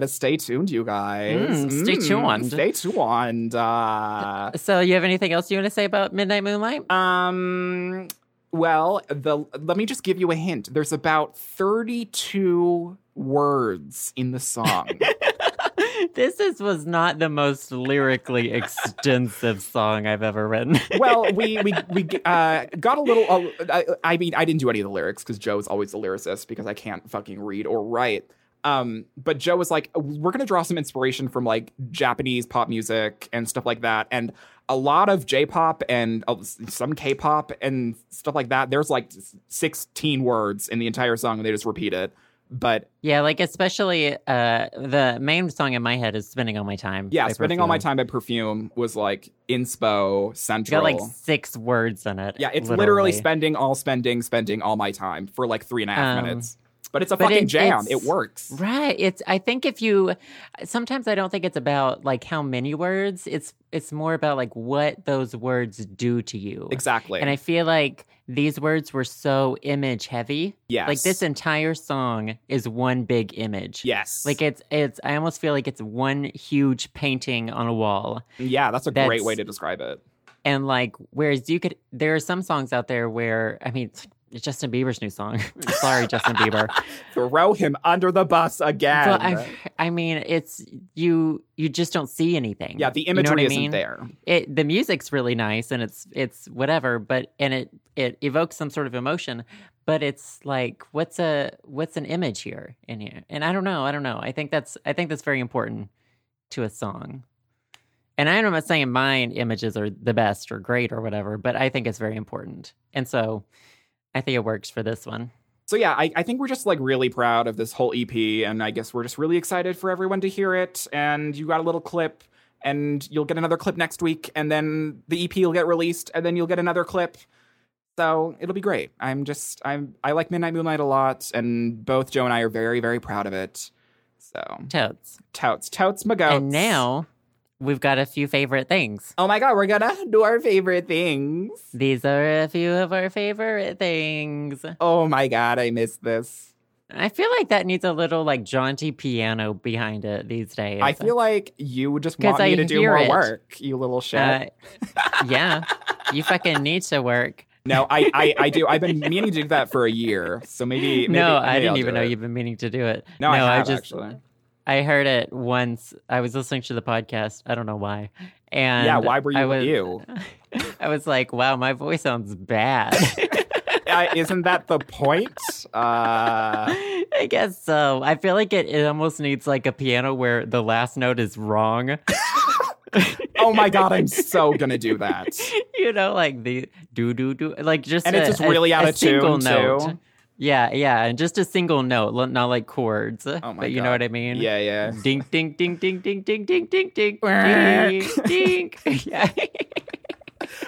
god, stay tuned, you guys.
Mm, stay tuned.
Stay tuned. Uh,
So, you have anything else you want to say about Midnight Moonlight? (laughs)
Um. Well, the let me just give you a hint. There's about 32 words in the song.
(laughs) this is was not the most lyrically extensive song I've ever written. (laughs)
well, we we we uh, got a little. Uh, I, I mean, I didn't do any of the lyrics because Joe's always the lyricist because I can't fucking read or write. Um, but Joe was like, we're going to draw some inspiration from like Japanese pop music and stuff like that. And a lot of J pop and uh, some K pop and stuff like that. There's like 16 words in the entire song and they just repeat it. But
Yeah, like especially uh, the main song in my head is "Spending All My Time."
yeah,
by
spending all my
Perfume.
time by perfume was like inspo
It's
central.
got like six words in it.
yeah, it's literally. spending all spending, spending all my time for like three and a half
Um,
minutes. But it's a
but
fucking
it-
jam. It
it's-
works.
Right. It's. I think if you, sometimes I don't think it's about like how many words. It's. It's more about like what those words do to you.
Exactly.
And I feel like these words were so image heavy.
yes.
Like this entire song is one big image.
Yes.
Like it's it's I almost feel like it's one huge painting on a wall.
yeah, that's a great
that's-
way to describe it.
And like whereas you could there are some songs out there where I mean it's Justin Bieber's new song. (laughs) Sorry, Justin
(laughs)
Bieber.
Throw him under the bus again.
But I, I mean, it's you. You just don't see anything.
yeah, the
You know what
imagery
I
isn't
mean?
there.
it the music's really nice and it's it's whatever but and it it evokes some sort of emotion but it's like what's a what's an image here in here and i don't know i don't know i think that's i think that's very important to a song and i'm not saying mine images are the best or great or whatever but i think it's very important and so i think it works for this one
So yeah, I, I think we're just like really proud of this whole EP, and I guess we're just really excited for everyone to hear it. And you got a little clip, and you'll get another clip next week, and then the EP will get released, and then you'll get another clip. So it'll be great. I'm just I'm I like Midnight Moonlight a lot, and both Joe and I are very very proud of it. So
totes
touts, touts, magotes.
and now we've got a few favorite things
oh my god, we're gonna do our favorite things.
these are a few of our favorite things
Oh my god, I miss this.
I feel like that needs a little like jaunty piano behind it these days.
I feel like you just
'Cause
want me
I
to do
hear
more
it.
work, you little shit.
Uh, yeah, you fucking need to work.
No, I, I, I do. I've been meaning to do that for a year. So maybe,
(laughs)
maybe
no,
maybe
I didn't
I'll
even
do
know
it.
you've been meaning to do it.
No, I have
just
actually.
I heard it once. I was listening to the podcast. I don't know why. And
Yeah, why were you
I
with
was,
you?
(laughs) I was like, wow, my voice sounds bad. (laughs)
Uh, isn't that the point? Uh,
I guess so. I feel like it, it almost needs like a piano where the last note is wrong.
oh my god, I'm so gonna do that.
(laughs) you know, like the do do do, like just
And it's
a-
just
a-
really out
a
of tune,
single note.
too.
Yeah, yeah, and just a single note, lo- not like chords.
Oh my
but you
God.
know what I mean?
Yeah, yeah.
Ding ding ding ding ding ding ding ding
(laughs)
ding ding ding. (laughs) Yeah.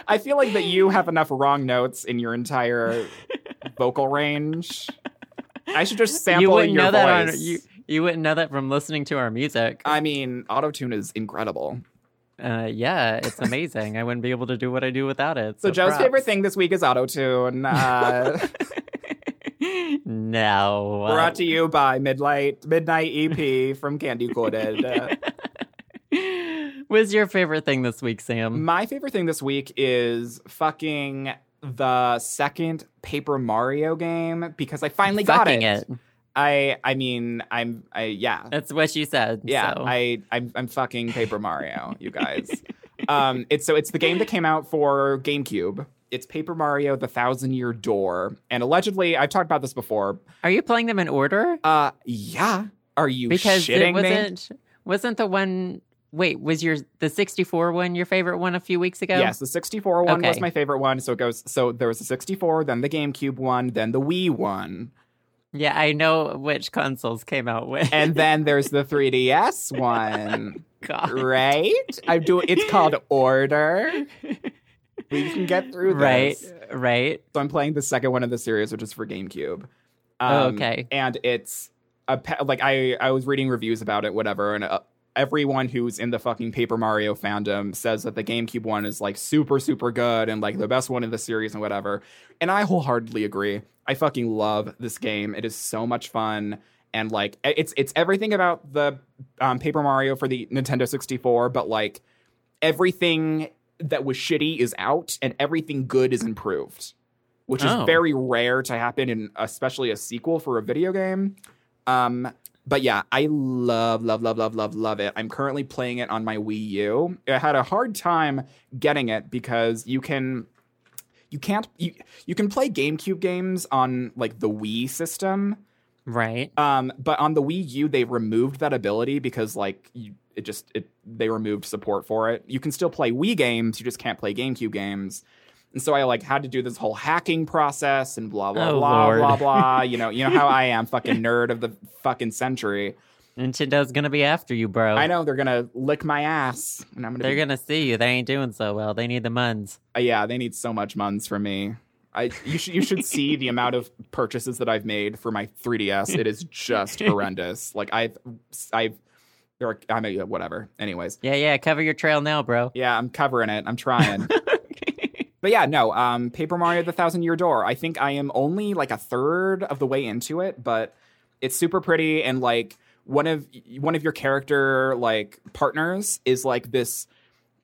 I feel like that you have enough wrong notes in your entire vocal range. I should just sample
you wouldn't
your
know
voice. Uh.
that on you. You wouldn't know that from listening to our music.
I mean, autotune is incredible.
Uh, yeah, it's amazing. I wouldn't be able to do what I do without it.
So, Joe's
props.
favorite thing this week is autotune. Uh,
(laughs) No.
brought to you by Midnight Midnight EP from Candy
(laughs)
Coated. Uh,
(laughs) What's your favorite thing this week, Sam?
My favorite thing this week is fucking the second Paper Mario game because I finally got
Fucking
it. I I mean I'm I yeah
That's what she said.
yeah
so.
I I'm, I'm fucking Paper Mario, you guys. um, it's so it's the game that came out for GameCube. It's Paper Mario: The Thousand Year Door, and allegedly I've talked about this before.
Are you playing them in order?
Uh, yeah. Are you
because
shitting
it
me?
wasn't wasn't the one. Wait, was your the sixty four one your favorite one a few weeks ago?
Yes, the 64 one was
Okay.
my favorite one. So it goes. So there was the 64, then the GameCube one, then the Wii one,
Yeah, I know which consoles came out with.
and then there's the 3DS one.
(laughs) God.
Right? I'm doing. It's called Order. We can get through this.
Right, right.
So I'm playing the second one of the series, which is for GameCube. Um,
Oh, okay.
And it's a pa- like I I was reading reviews about it, whatever, and. Uh, Everyone who's in the fucking Paper Mario fandom says that the GameCube one is like super, super good and like the best one in the series and whatever. And I wholeheartedly agree. I fucking love this game. It is so much fun and like it's it's everything about the um, Paper Mario for the Nintendo 64, but like everything that was shitty is out and everything good is improved, which
Oh.
is very rare to happen in especially a sequel for a video game. Um, but yeah, I love, love, love, love, love, love it. I'm currently playing it on my Wii U. I had a hard time getting it because you can you can't you, you can play GameCube games on like the Wii system,
Right.
Um, but on the Wii U, they removed that ability because like you, it just it they removed support for it. You can still play Wii games, you just can't play GameCube games. And so I like had to do this whole hacking process and blah blah
Oh,
blah
Lord. (laughs)
blah blah. You know, you know how I am, fucking nerd of the fucking century.
Nintendo's gonna be after you, bro.
I know they're gonna lick my ass, and I'm gonna.
Oh. They're
be-
gonna see you. They ain't doing so well. They need the muns.
Uh, yeah, they need so much muns from me. I you should you should see the amount of purchases that I've made for my 3DS. It is just horrendous. Like I've I've there are, I mean whatever. Anyways,
Yeah, yeah. Cover your trail now, bro.
yeah, I'm covering it. I'm trying. but yeah, no. Um, Paper Mario: The Thousand Year Door. I think I am only like a third of the way into it, but it's super pretty and like one of one of your character like partners is like this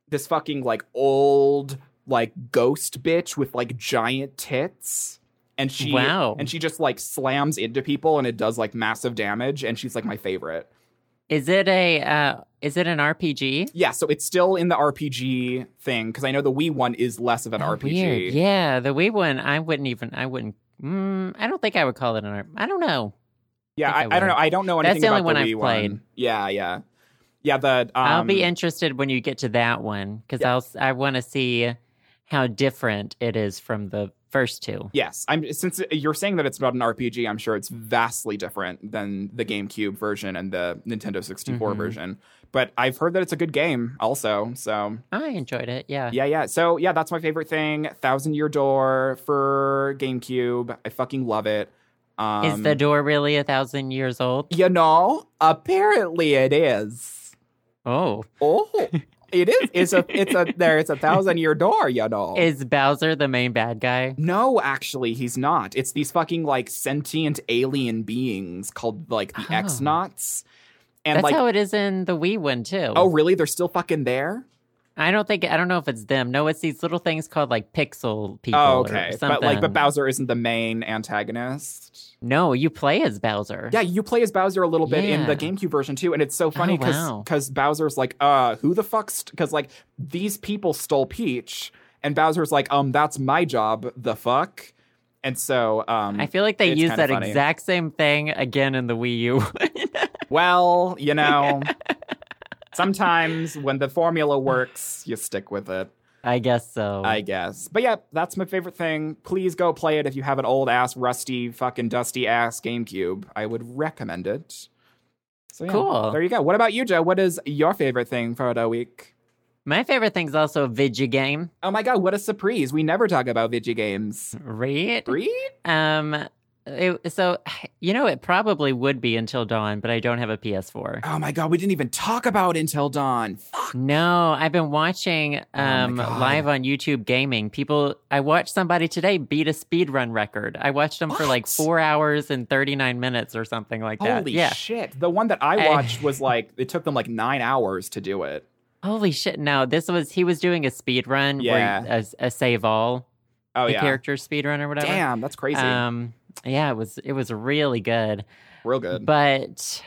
this fucking like old like ghost bitch with like giant tits. And she
Wow.
and she just like slams into people and it does like massive damage and she's like my favorite.
Is it a? Uh, is it an RPG?
Yeah, so it's still in the RPG thing because I know the Wii one is less of an RPG.
Oh, Weird. Yeah, the Wii one. I wouldn't even. I wouldn't. Mm, I don't think I would call it an art. I don't know.
Yeah,
think
I,
I
I, don't
would.
know. I don't know
That's
anything
the only one
about the
I've
Wii
played.
one. Yeah, yeah, yeah. The um,
I'll be interested when you get to that one because I'll. s- I want to see how different it is from the first two.
yes. I'm since you're saying that it's about an RPG. I'm sure it's vastly different than the GameCube version and the Nintendo 64
Mhm.
version. But I've heard that it's a good game, also. So
I enjoyed it. Yeah.
yeah, yeah. So yeah, that's my favorite thing. Thousand Year Door for GameCube. I fucking love it. Um,
Is the door really a thousand years old?
you know? Apparently, it is.
Oh,
Oh, it is. It's a. It's a. There. It's a thousand year door. You know.
is Bowser the main bad guy?
No, actually, he's not. It's these fucking like sentient alien beings called like the
Oh.
X Knots. And
That's
like,
how it is in the Wii one too.
oh, really? They're still fucking there?
I don't think I don't know if it's them. No, it's these little things called like pixel people.
Oh,
or
okay. But like,
something.
but Bowser isn't the main antagonist.
No, you play as Bowser.
Yeah, you play as Bowser a little bit in
Yeah.
the GameCube version too, and it's so funny
Oh,
because
wow.
Bowser's like, uh, who the fuck's because like these people stole Peach, and Bowser's like, um, that's my job. The fuck. And so, um,
I feel like they
It's
use
kinda
that
funny.
exact same thing again in the Wii U. (laughs)
Well, you know, sometimes when the formula works, you stick with it,
I guess so.
I guess. But yeah, that's my favorite thing. Please go play it if you have an old ass, rusty, fucking dusty ass GameCube. I would recommend it. So yeah,
Cool.
There you go. What about you, Joe? What is your favorite thing for the week?
My favorite thing's also a video game.
Oh my god, what a surprise. We never talk about video games.
Read.
Read?
Um it- so you know it probably would be until dawn, but I don't have a
(gasps)
PS4.
Oh my god, we didn't even talk about Until Dawn. Fuck.
No, I've been watching
Oh my
um,
God.
live on YouTube gaming. People, I watched somebody today beat a speedrun record. I watched them for like
What?
four hours and 39 minutes or something like that.
Holy
(laughs) yeah.
shit. The one that I
I-
watched was like, it took them like nine hours to do it.
Holy shit. No, this was, he was doing a speedrun,
Yeah.
where, a, a save all,
Oh
the
yeah.
character speedrun or whatever.
Damn, that's crazy.
Um, yeah, it was, it was really good.
Real good.
But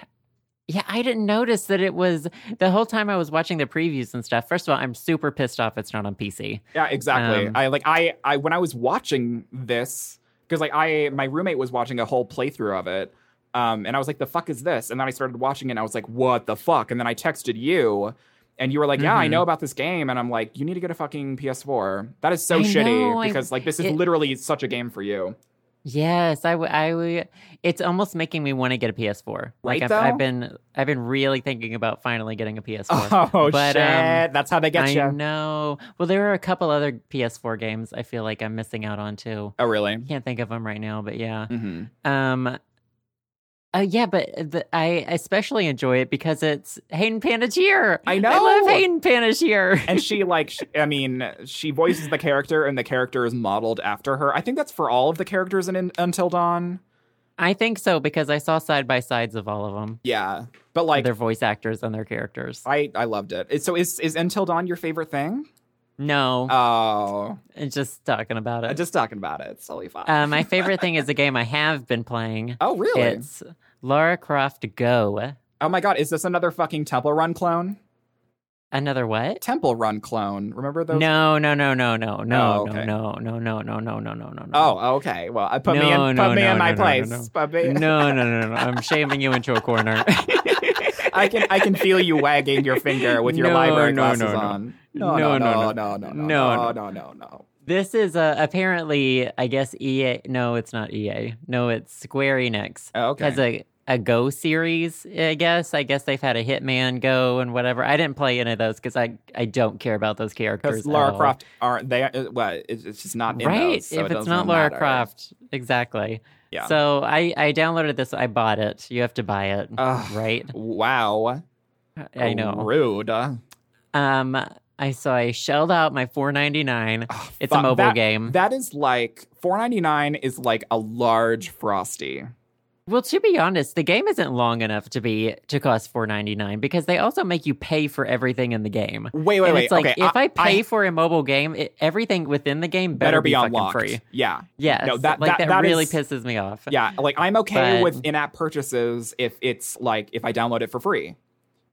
yeah, I didn't notice that it was the whole time I was watching the previews and stuff. First of all, I'm super pissed off it's not on PC.
yeah, exactly.
um,
I like I I when I was watching this because like I my roommate was watching a whole playthrough of it. Um, and I was like, the fuck is this? And then I started watching it and I was like, what the fuck? And then I texted you and you were like, yeah, I
Mhm.
know about this game. And I'm like, you need to get a fucking PS4. That is so
I
shitty
know, I-
because like this is
it-
literally such a game for you. (laughs)
Yes, I, w- I w- it's almost making me want to get a PS4.
Right,
Like I've, I've
though?
been I've been really thinking about finally getting a PS4.
(laughs) Oh
But,
shit.
um,
That's how they get
I
you.
know. Well, there are a couple other PS4 games I feel like I'm missing out on too.
Oh really?
Can't think of them right now, but yeah.
hmm
Um uh, yeah, but the, I especially enjoy it because it's Hayden Panettiere.
I
I
know.
love Hayden Panettiere.
and she like sh- i mean she voices the character and the character is modeled after her i think that's for all of the characters in, in until dawn
I think so because I saw side by sides of all of them,
yeah but like Uh,
their voice actors and their characters.
i i loved it It- so is is until dawn your favorite thing
No,
oh
it's just talking about it.
i'm just talking about it it's totally fine
Uh, my favorite thing is a game I have been playing.
oh (laughs) really
It's Lara Croft Go.
oh my god is this another fucking temple run clone
Another what?
Temple Run clone. Remember those?
No, no, no, no, no, no,
Oh, okay.
no, no, no, no, no, no, no, no, no.
Oh, okay. Well, I put me in.
No,
Put
no,
me
no,
in my
no, no,
place.
no, no.
Put me.
no, no, no, no, no. I'm shaming you into a corner.
(laughs) I can. I can feel you wagging your finger with your
No,
library
no, no,
glasses
no.
on. No,
No, no, no.
no, no, no, no, no,
No,
no, no, no, no.
this is uh, apparently, I guess EA. No, it's not EA. No, it's Square Enix
Oh, okay.
has a a Go series. I guess. I guess they've had a Hitman Go and whatever. I didn't play any of those because I I don't care about those characters.
Because
at
Lara
all.
Croft aren't they? uh, Well, it's it's just not in
right?
those, so
if
it
it's
doesn't
not Lara
matter.
Croft, exactly.
Yeah.
So I I downloaded this. I bought it. You have to buy it,
Ugh.
right?
Wow. oh,
I know.
Rude. Uh,
Um, I so I shelled out my four ninety nine. It's a
fuck,
mobile
that-
game.
That is like four ninety nine is like a large frosty.
well, to be honest, the game isn't long enough to be to cost four ninety nine because they also make you pay for everything in the game.
Wait, wait,
and
wait.
it's like
okay,
if I, pay for a mobile game, it, everything within the game better,
better be,
fucking
unlocked.
free.
Yeah,
Yes,
No, that-
like
that- that
really
is-
pisses me off.
yeah. Like I'm okay
But-
with in app purchases if it's like if I download it for free.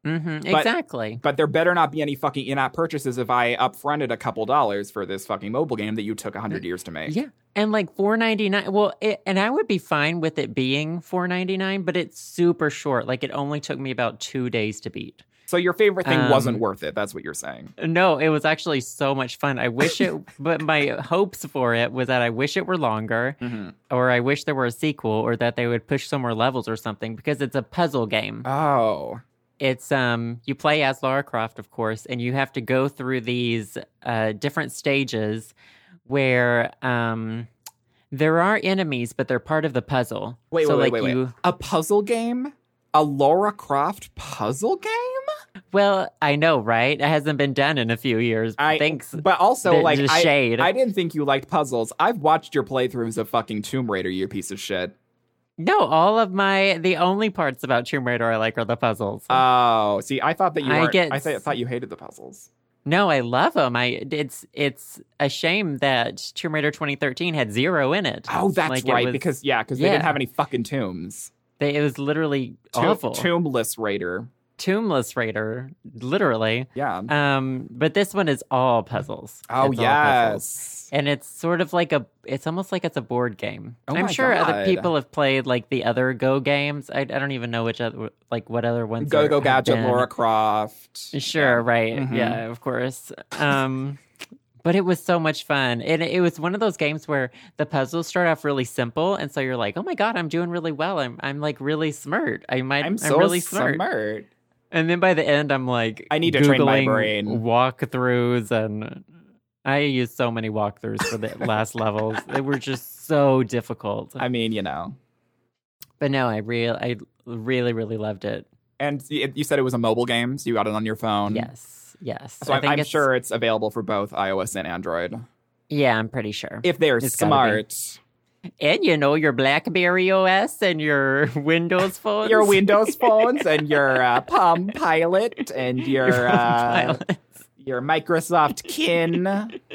hmm
But-
exactly.
But there better not be any fucking in app purchases if I upfronted a couple dollars for this fucking mobile game that you took hundred years to make.
Yeah. And like 4.99 well it, and I would be fine with it being 4.99 but it's super short like it only took me about 2 days to beat.
So your favorite thing
Um,
wasn't worth it. That's what you're saying.
No, it was actually so much fun. I wish
(laughs)
it but my hopes for it was that I wish it were longer
Mm-hmm.
or I wish there were a sequel or that they would push some more levels or something because it's a puzzle game.
Oh,
It's um you play as Lara Croft, of course, and you have to go through these uh, different stages where um there are enemies, but they're part of the puzzle.
wait,
so
wait,
like
wait, wait,
you
wait. A puzzle game. A Laura Croft puzzle game?
well, I know, right? It hasn't been done in a few years.
I
Thanks.
But also,
The-
like,
the
I,
shade.
I didn't think you liked puzzles. I've watched your playthroughs of fucking Tomb Raider, you piece of shit.
No, all of my the only parts about Tomb Raider I like are the puzzles.
Oh, see, I thought that you
I
weren't. I,
get
th-
s-
thought you hated the puzzles.
no, I love them. I it's it's a shame that Tomb Raider 2013 had zero in it.
Oh, that's
Like, it
right.
was-
because yeah, because they
yeah.
didn't have any fucking tombs.
they, it was literally
Tomb-
awful.
Tombless Raider.
Tombless Raider, literally.
Yeah.
Um, but this one is all puzzles.
oh
It's all puzzles.
yes.
And it's sort of like a, it's almost like it's a board game.
Oh
I'm
my
sure other
God.
people have played like the other Go games. I, I don't even know which other, like what other ones.
Go
there
Go
have
Gadget,
been.
Laura Croft.
Sure, right.
Mhm.
Yeah, of course. Um, (laughs) but it was so much fun. And it was one of those games where the puzzles start off really simple. And so you're like, oh my God, I'm doing really well. I'm, I'm like really smart. I might,
I'm so
really
smart.
smart. And then by the end, I'm like,
I need to train my
Googling
brain.
Walkthroughs and I used so many walkthroughs for the
(laughs)
last levels. They were just so difficult.
I mean, you know.
but no, I real, I really, really loved it.
And y- you said it was a mobile game, so you got it on your phone.
Yes, yes.
Mm-hmm. So I'm, I'm
it's-
sure it's available for both iOS and Android.
Yeah, I'm pretty sure.
If they're
It's gotta
smart,
and you know your BlackBerry OS and your (laughs)
(laughs)
Windows phones. (laughs)
your Windows phones and your uh, Palm Pilot and your
Your
(laughs) uh,
Pilot,
your Microsoft Kin.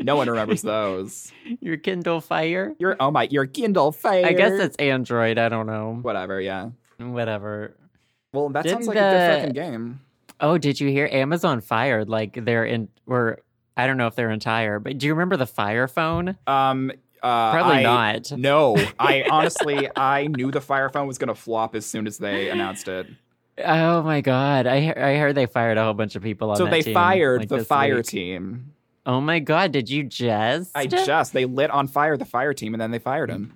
No
(laughs)
one remembers those.
your Kindle Fire.
Your oh my, your Kindle Fire.
I guess it's Android. I don't know.
whatever. Yeah.
Whatever.
Well, that sounds like
Didn't
a
the-
good fucking game.
Oh, did you hear Amazon fired? Like they're in, or I don't know if they're entire, but do you remember the Fire Phone?
Um, uh,
Probably
I-
not.
No,
(laughs)
I honestly I knew the Fire Phone was gonna flop as soon as they announced it.
Oh my God, I he- I heard they fired a whole bunch of people on
so
that
they
team,
fired
like,
the
this
fire
week.
team.
Oh my God, did you just?
I just they lit on fire the fire team and then they fired him.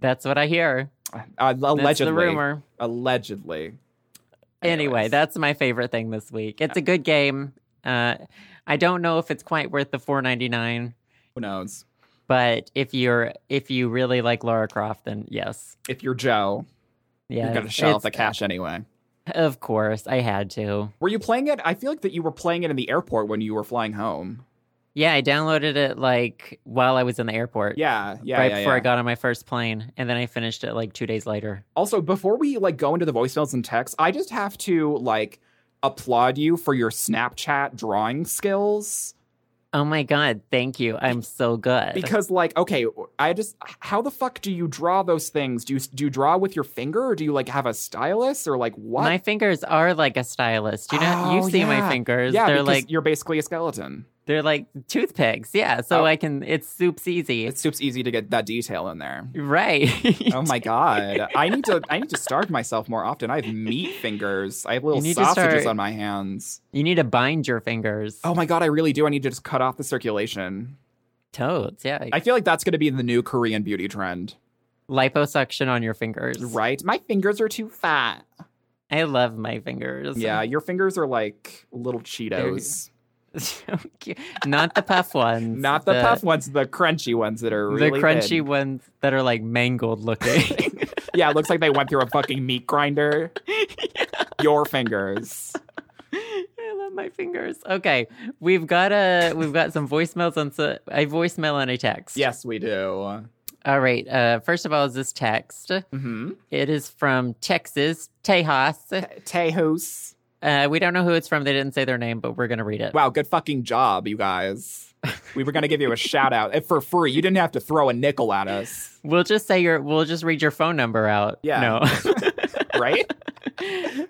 That's what I hear.
Uh, allegedly,
That's the rumor.
allegedly.
Anyway,
Anyways.
that's my favorite thing this week. It's a good game. Uh, I don't know if it's quite worth the four ninety nine,
Who knows?
but if you're if you really like Laura Croft, then yes,
If you're Joe,
yeah, uh,
you're gonna shell out the cash anyway.
Of course, I had to.
Were you playing it? I feel like that you were playing it in the airport when you were flying home.
Yeah, I downloaded it like while I was in the airport.
Yeah, yeah,
right
yeah,
before I
yeah.
got on my first plane, and then I finished it like two days later.
Also, before we like go into the voicemails and texts, I just have to like applaud you for your Snapchat drawing skills.
Oh my god, thank you. I'm so good.
Because like, okay, I just how the fuck do you draw those things? Do you do you draw with your finger or do you like have a stylus or like what?
my fingers are like a stylus. You know,
Oh,
you see
yeah.
my fingers.
yeah,
they're
because
like
you're basically a skeleton.
they're like toothpicks. Yeah, so
Oh.
I can. It's soups easy.
It's soup's easy to get that detail in there.
right. (laughs)
(laughs) Oh my god. I need to I need to starve myself more often. I have meat fingers. I have little
You need to start-
sausages on my hands.
you need to bind your fingers.
Oh my god, I really do. I need to just cut off the circulation.
Toads. Yeah.
I feel like that's going to be the new Korean beauty trend.
Liposuction on your fingers.
Right? My fingers are too fat.
I love my fingers.
Yeah, your fingers are like little Cheetos.
(laughs) So cute. Not the
(laughs)
puff ones.
Not the, puff ones, the crunchy ones that are really
the crunchy
thin.
ones that are like mangled looking.
(laughs)
(laughs)
Yeah, it looks like they went through a fucking meat (laughs) grinder. Your fingers.
I love my fingers. Okay, we've got a we've got some voicemails on so, a voicemail and a text.
Yes, we do.
All right. Uh, first of all, is this text?
Mm-hmm.
It is from Texas, Tejas.
Tejos.
Uh, we don't know who it's from. They didn't say their name, but we're gonna read it.
Wow, good fucking job, you guys. We were gonna give you a shout out eh, for free. You didn't have to throw a nickel at us,
We'll just say your. We'll just read your phone number out.
Yeah.
No.
(laughs)
(laughs)
right?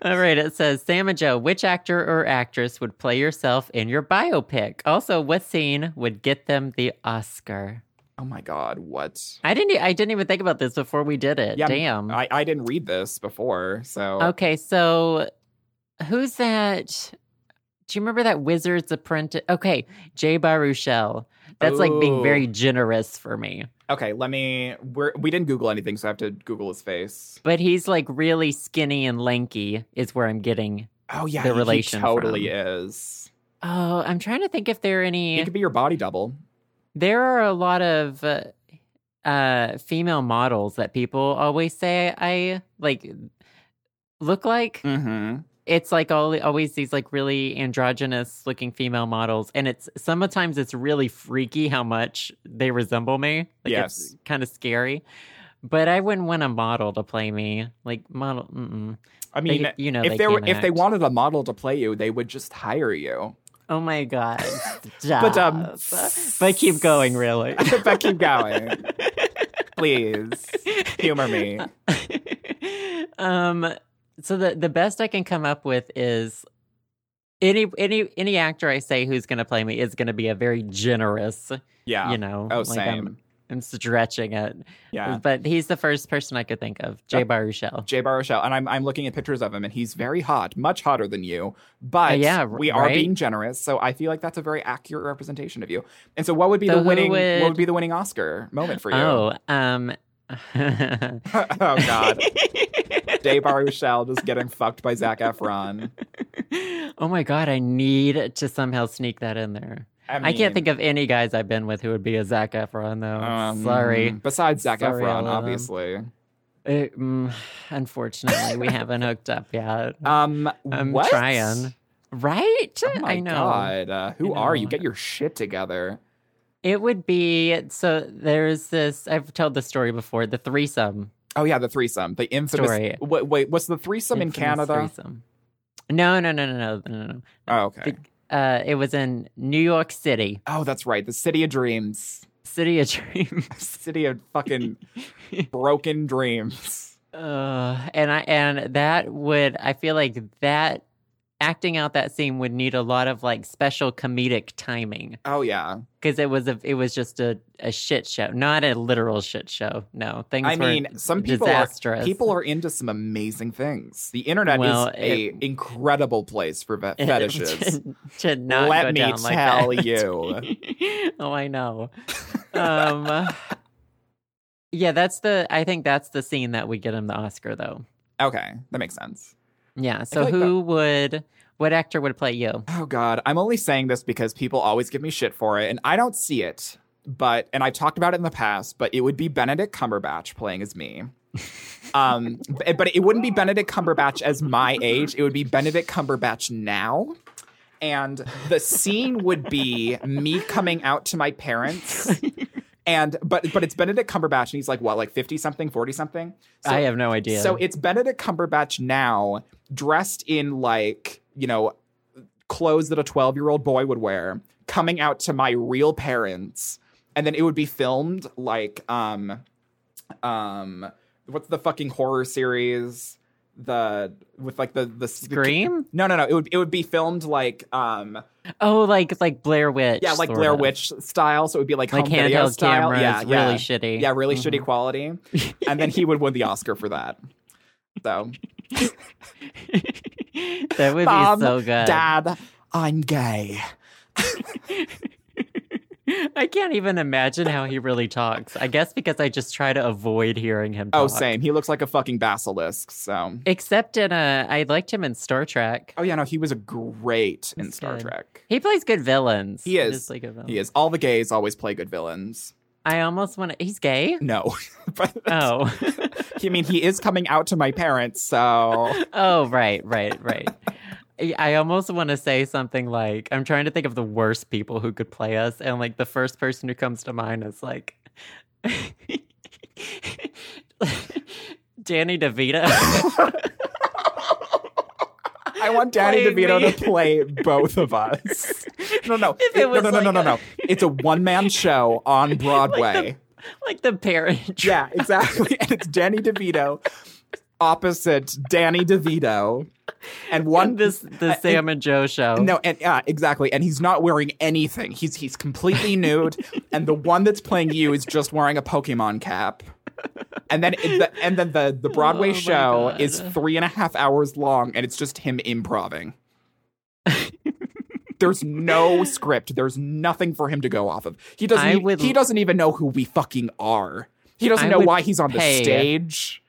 All right, it says Sam and Joe, which actor or actress would play yourself in your biopic? Also, what scene would get them the Oscar?
oh my god, what?
I didn't e- I didn't even think about this before we did it.
Yeah,
Damn.
I, I didn't read this before, so
okay, so who's that? Do you remember that Wizard's Apprentice? Okay, Jay Baruchel. That's like being
Oh.
very generous for me.
okay. Let me. We're, we didn't Google anything, so I have to Google his face.
But he's like really skinny and lanky is where I'm getting.
Oh yeah,
The
he- he
relation
totally
from-
is.
Oh, I'm trying to think if there are any
He could be your body double.
There are a lot of uh, uh, female models that people always say I like look like.
Mm-hmm.
It's like all, always these like really androgynous looking female models, and it's sometimes it's really freaky how much they resemble me. Like
Yes.
it's kind of scary. But I wouldn't want a model to play me. Like model, mm-mm.
I mean,
They- you know,
if
they
they were,
can't
if they
act.
wanted a model to play you, they would just hire you. (laughs)
oh my god.
But, um,
Stop. but keep going, really.
but keep going, please (laughs) humor me.
(laughs) um so the the best i can come up with is any any any actor i say who's going to play me is going to be a very generous
Yeah.
you know
oh,
like
same.
I'm, I'm stretching it
yeah.
but he's the first person i could think of jay
Yeah.
baruchel
Jay Baruchel, and I'm I'm looking at pictures of him, and he's very hot, much hotter than you. But
Uh, yeah, r-
we are
right?
being generous, so I feel like that's a very accurate representation of you. And so, what would be
So
the
who
winning?
would-
What would be the winning Oscar moment for you?
oh um
(laughs) oh God, Jay Baruchel just getting fucked by Zach Efron.
(laughs) oh my god i need to somehow sneak that in there
I,
I can't
mean,
think of any guys I've been with who would be a Zac Efron though.
um,
Sorry,
Besides Zach
Sorry, all of
Efron,
them.
obviously.
It- mm, unfortunately, we haven't hooked up yet.
Um,
I'm
what?
trying. Right?
Oh my
I know.
God, uh, who
I
are
know.
you? Get your shit together.
It would be so there's this I've told the story before, the threesome
Oh yeah, the threesome, the infamous.
Story.
Wait, wait, was the threesome in
infamous
Canada?
Threesome. No, no, no, no, no, no, no,
Oh, okay.
no. Uh, it was in New York City,
Oh, that's right. The City of Dreams. (laughs)
City of (laughs) Dreams.
City of
(laughs)
fucking broken dreams.
Uh, and I and that would I feel like that acting out that scene would need a lot of like special comedic timing
Oh yeah.
because it was a it was just a, a shit show, not a literal shit show. No, things
I
were
mean, some people are,
disastrous.
people are into some amazing things. The internet
Well,
is a
it-
incredible place for
(laughs)
ve- (laughs) fetishes.
to, to not
Let
go
me
down like
tell
that.
you.
(laughs) oh, I know. Um, yeah, that's the. I think that's the scene that would get him the Oscar, though.
okay, that makes sense.
Yeah. So
like
who would? What actor would play you?
Oh god, I'm only saying this because people always give me shit for it and I don't see it. But and I've talked about it in the past, but it would be Benedict Cumberbatch playing as me. Um, b- but it wouldn't be Benedict Cumberbatch as my age. It would be Benedict Cumberbatch now. And the scene would be me coming out to my parents. And but but it's Benedict Cumberbatch and he's like what like 50 something, 40 something. So
I have no idea.
so it's Benedict Cumberbatch now dressed in like, you know, clothes that a 12 year old boy would wear, coming out to my real parents, and then it would be filmed like um, um, what's the fucking horror series? The with like the the
Scream?
No, no, no. It would it would be filmed like um,
Oh, like like Blair Witch.
yeah, like
sort
Blair
of.
Witch style. So it would be like,
Like
home video
handheld
style.
cameras,
yeah,
really
yeah.
shitty. Mm-hmm.
Yeah, really shitty quality. And then he would win the Oscar for that. So,
(laughs)
(laughs)
that would
Mom,
be so good.
Dad, I'm gay.
I can't even imagine how he really talks. I guess because I just try to avoid hearing him talk.
Oh, same. He looks like a fucking basilisk. So,
Except in uh I liked him in Star Trek.
oh yeah, no, he was a great in
He's
Star
good.
Trek.
He plays good villains.
He is.
just like a villain.
He is. All the gays always play good villains.
I almost want to. He's
(laughs)
gay.
No, but (laughs)
Oh,
I mean, he is coming out to my parents. So,
oh, right, right, right. I- I almost want to say something like I'm trying to think of the worst people who could play us, and like the first person who comes to mind is like (laughs) Danny DeVito.
I want Danny
(laughs) Play
DeVito
me.
to play both of
(laughs)
us. No, no,
If it
no,
was
no, no, no,
like
no, no.
a- (laughs)
It's a one-man show on (laughs) Broadway.
like the parent. (laughs) trap.
yeah, exactly. (laughs) and it's Danny DeVito opposite Danny DeVito, and one
on this the
uh,
Sam and Joe show.
No, and yeah, exactly. And he's not wearing anything. He's he's
(laughs)
completely nude, and the one that's playing you is just wearing a Pokemon cap. And then it- the, and then the the Broadway
Oh my
show
God.
is three and a half hours long, and it's just him
(laughs)
improving. There's no script. There's nothing for him to go off of. He doesn't.
I
e-
would-
he doesn't even know who we fucking are. He doesn't
I
know
would
why he's on the
pay-
stage.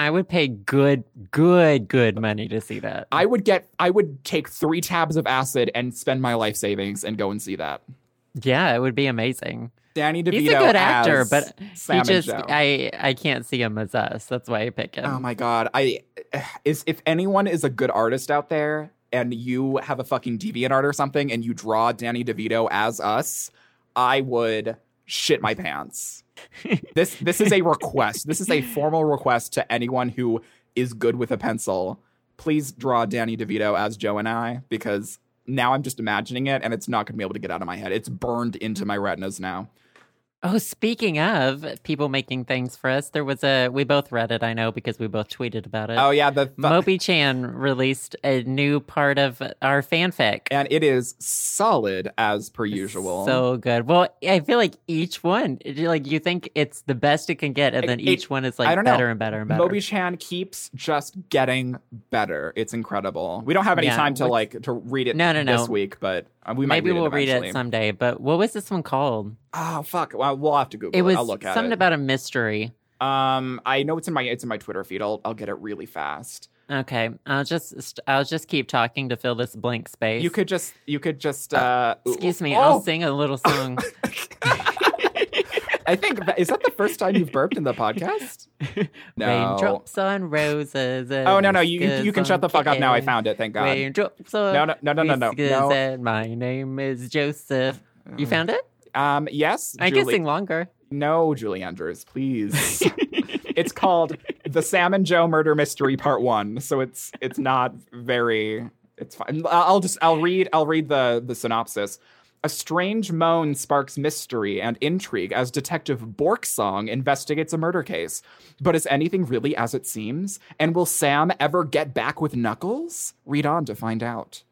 I would pay good, good, good money to see that.
I would get. I would take three tabs of acid and spend my life savings and go and see that.
yeah, it would be amazing.
Danny DeVito.
He's a good actor,
as
but
Sam
he just
and Joe.
I um, I can't see him as us. That's why I pick him.
oh my god, I is if anyone is a good artist out there and you have a fucking deviant art or something and you draw Danny DeVito as us, I would shit
(laughs)
my pants. this this is a request. This is a formal request to anyone who is good with a pencil. Please draw Danny DeVito as Joe and I because now I'm just imagining it and it's not going to be able to get out of my head. It's burned into my retinas now.
Oh, speaking of people making things for us, there was a we both read it. I know because we both tweeted about it.
Oh yeah, the, the
Moby Chan released a new part of our fanfic.
and it is solid as per usual.
So good. Well, I feel like each one, like you think it's the best it can get, and then
It-
each
it-
one is
I
like
don't know.
better and better and better.
Moby Chan keeps just getting better. It's incredible. We don't have any
Yeah,
time to
which-
like to read it
No, no, no.
this week, but uh, we might
Maybe
read
we'll
it
read
eventually.
it someday. But what was this one called?
Oh fuck! Well, we'll have to Google
It
it.
was
I'll look at
something
it.
about a mystery.
um, I know it's in my it's in my Twitter feed. I'll I'll get it really fast.
Okay, I'll just st- I'll just keep talking to fill this blank space.
You could just you could just uh,
Excuse me.
Oh,
I'll sing a little
(laughs)
song.
I think that, is that the first time you've burped in the podcast?
(laughs)
No.
Raindrops on roses. and
Oh no no you you, you can
whiskers
shut the
on
fuck up now. I
kittens.
found it. Thank God.
Raindrops on
No, no, no, no, no, no.
whiskers
No.
and my name is Joseph. You found it?
Um, yes.
I
Julie.
can sing longer.
No, Julie Andrews, please. it's called The Sam and Joe Murder Mystery Part 1. So it's it's not very it's fine. I'll I'll just I'll read I'll read the the synopsis. A strange moan sparks mystery and intrigue as Detective Borksong investigates a murder case. But is anything really as it seems? And will Sam ever get back with Knuckles? Read on to find out.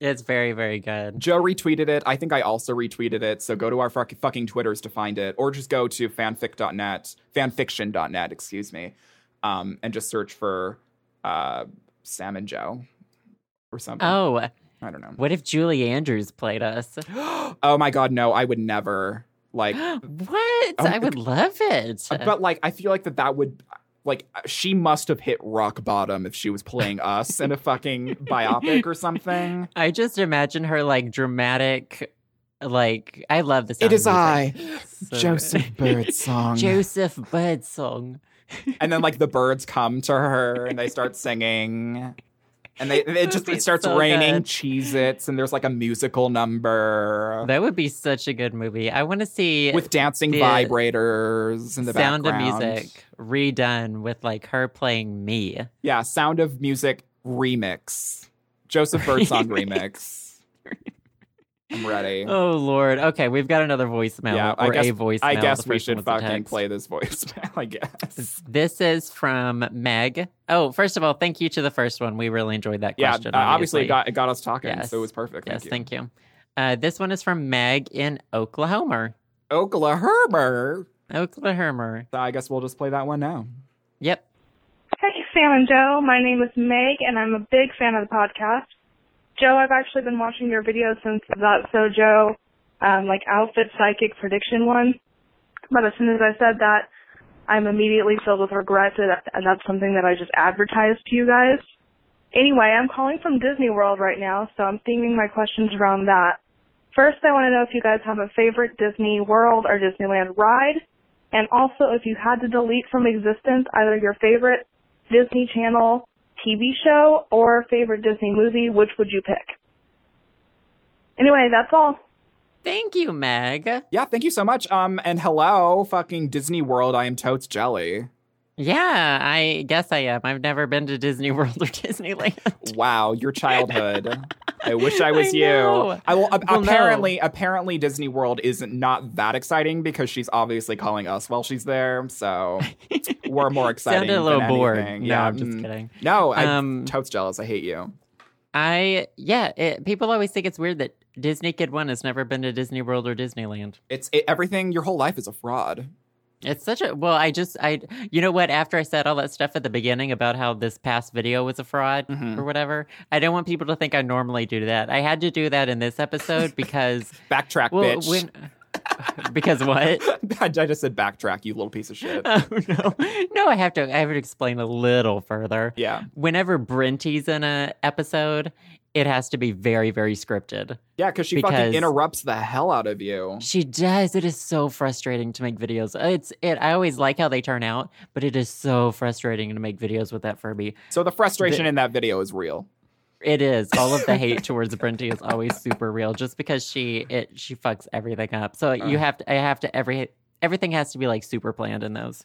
It's very very good.
Joe retweeted it. I think I also retweeted it. So go to our fuck- fucking Twitters to find it, or just go to fanfic.net, fanfiction.net, excuse me, um, and just search for uh, Sam and Joe or something.
Oh,
I don't know.
what if Julie Andrews played
(gasps)
us?
Oh my God, no, I would never.
(gasps)
Like,
what? I would love it.
but like, Oh, I feel like that that would. Like she must have hit rock bottom if she was playing us in
(laughs)
a fucking biopic or something.
I just imagine her like dramatic, like I love this.
It is I,
(laughs) Joseph
Birdsong.
Joseph Birdsong.
and then like the birds come to her and they start singing and they it just it
It's
starts
so
raining
good.
cheez-its and there's like a musical number
That would be such a good movie. I want to see
with dancing
the
vibrators in the
Sound
background
of Music redone with like her playing me.
yeah
(laughs)
sound of music remix joseph birdsong remix I'm ready.
Oh Lord. Okay, we've got another voicemail
yeah,
or
I guess,
a voicemail.
I
The
guess
first
we
one
should
was a
fucking
text.
play this (laughs) voicemail, I guess.
This is from Meg. Oh, first of all, thank you to the first one. We really enjoyed that
Yeah,
question.
uh, obviously
obviously
it got, it got us talking,
Yes.
so it was perfect. Thank
yes,
you.
thank you. Uh, this one is from Meg in Oklahoma.
Oklahoma.
Oklahoma.
So I guess we'll just play that one now.
Yep.
Hey, Sam and Joe. My name is Meg, and I'm a big fan of the podcast. Joe, I've actually been watching your videos since the That's So Joe, um, like outfit psychic prediction one. But as soon as I said that, I'm immediately filled with regret, and that- and that's something that I just advertised to you guys. Anyway, I'm calling from Disney World right now, so I'm theming my questions around that. First, I want to know if you guys have a favorite Disney World or Disneyland ride, and also if you had to delete from existence either your favorite Disney Channel TV show or favorite Disney movie, which would you pick? Anyway, that's all.
Thank you, Meg.
Yeah, thank you so much. Um, and hello, fucking Disney World. I am totes jelly.
Yeah, I guess I am. I've never been to Disney (laughs) World or Disneyland.
Wow, your childhood.
(laughs)
I wish I was
I
you.
know.
I will. a-
Well, no.
apparently, apparently, Disney World is not that exciting because she's obviously calling us while she's there. So
(laughs)
we're more excited.
Sounded a little bored.
Anything.
No,
yeah,
I'm just
mm.
kidding.
No, I'm
Um,
totes jealous. I hate you.
I yeah, it, people always think it's weird that Disney Kid One has never been to Disney World or Disneyland.
It's it, everything. Your whole life is a fraud.
It's such a well. I just I you know what? After I said all that stuff at the beginning about how this past video was a fraud
Mhm.
or whatever, I don't want people to think I normally do that. I had to do that in this
(laughs)
episode because
Backtrack,
well,
bitch.
when (laughs) because what? (laughs)
(laughs) I just said backtrack. You little piece of shit.
Oh no, no! I have to I have to explain a little further.
yeah,
Whenever Brenty's in a episode, it has to be very very scripted.
yeah, because she
Because-
fucking interrupts the hell out of you.
She does. It is so frustrating to make videos. uh, It's it. I always like how they turn out, but it is so frustrating to make videos with that Furby.
So the frustration
The-
in that video is real.
It is all of the
(laughs)
hate towards Brenty is always super real, just because she it she fucks everything up. So you
Uh.
have to. I have to every. Everything has to be like super planned in those.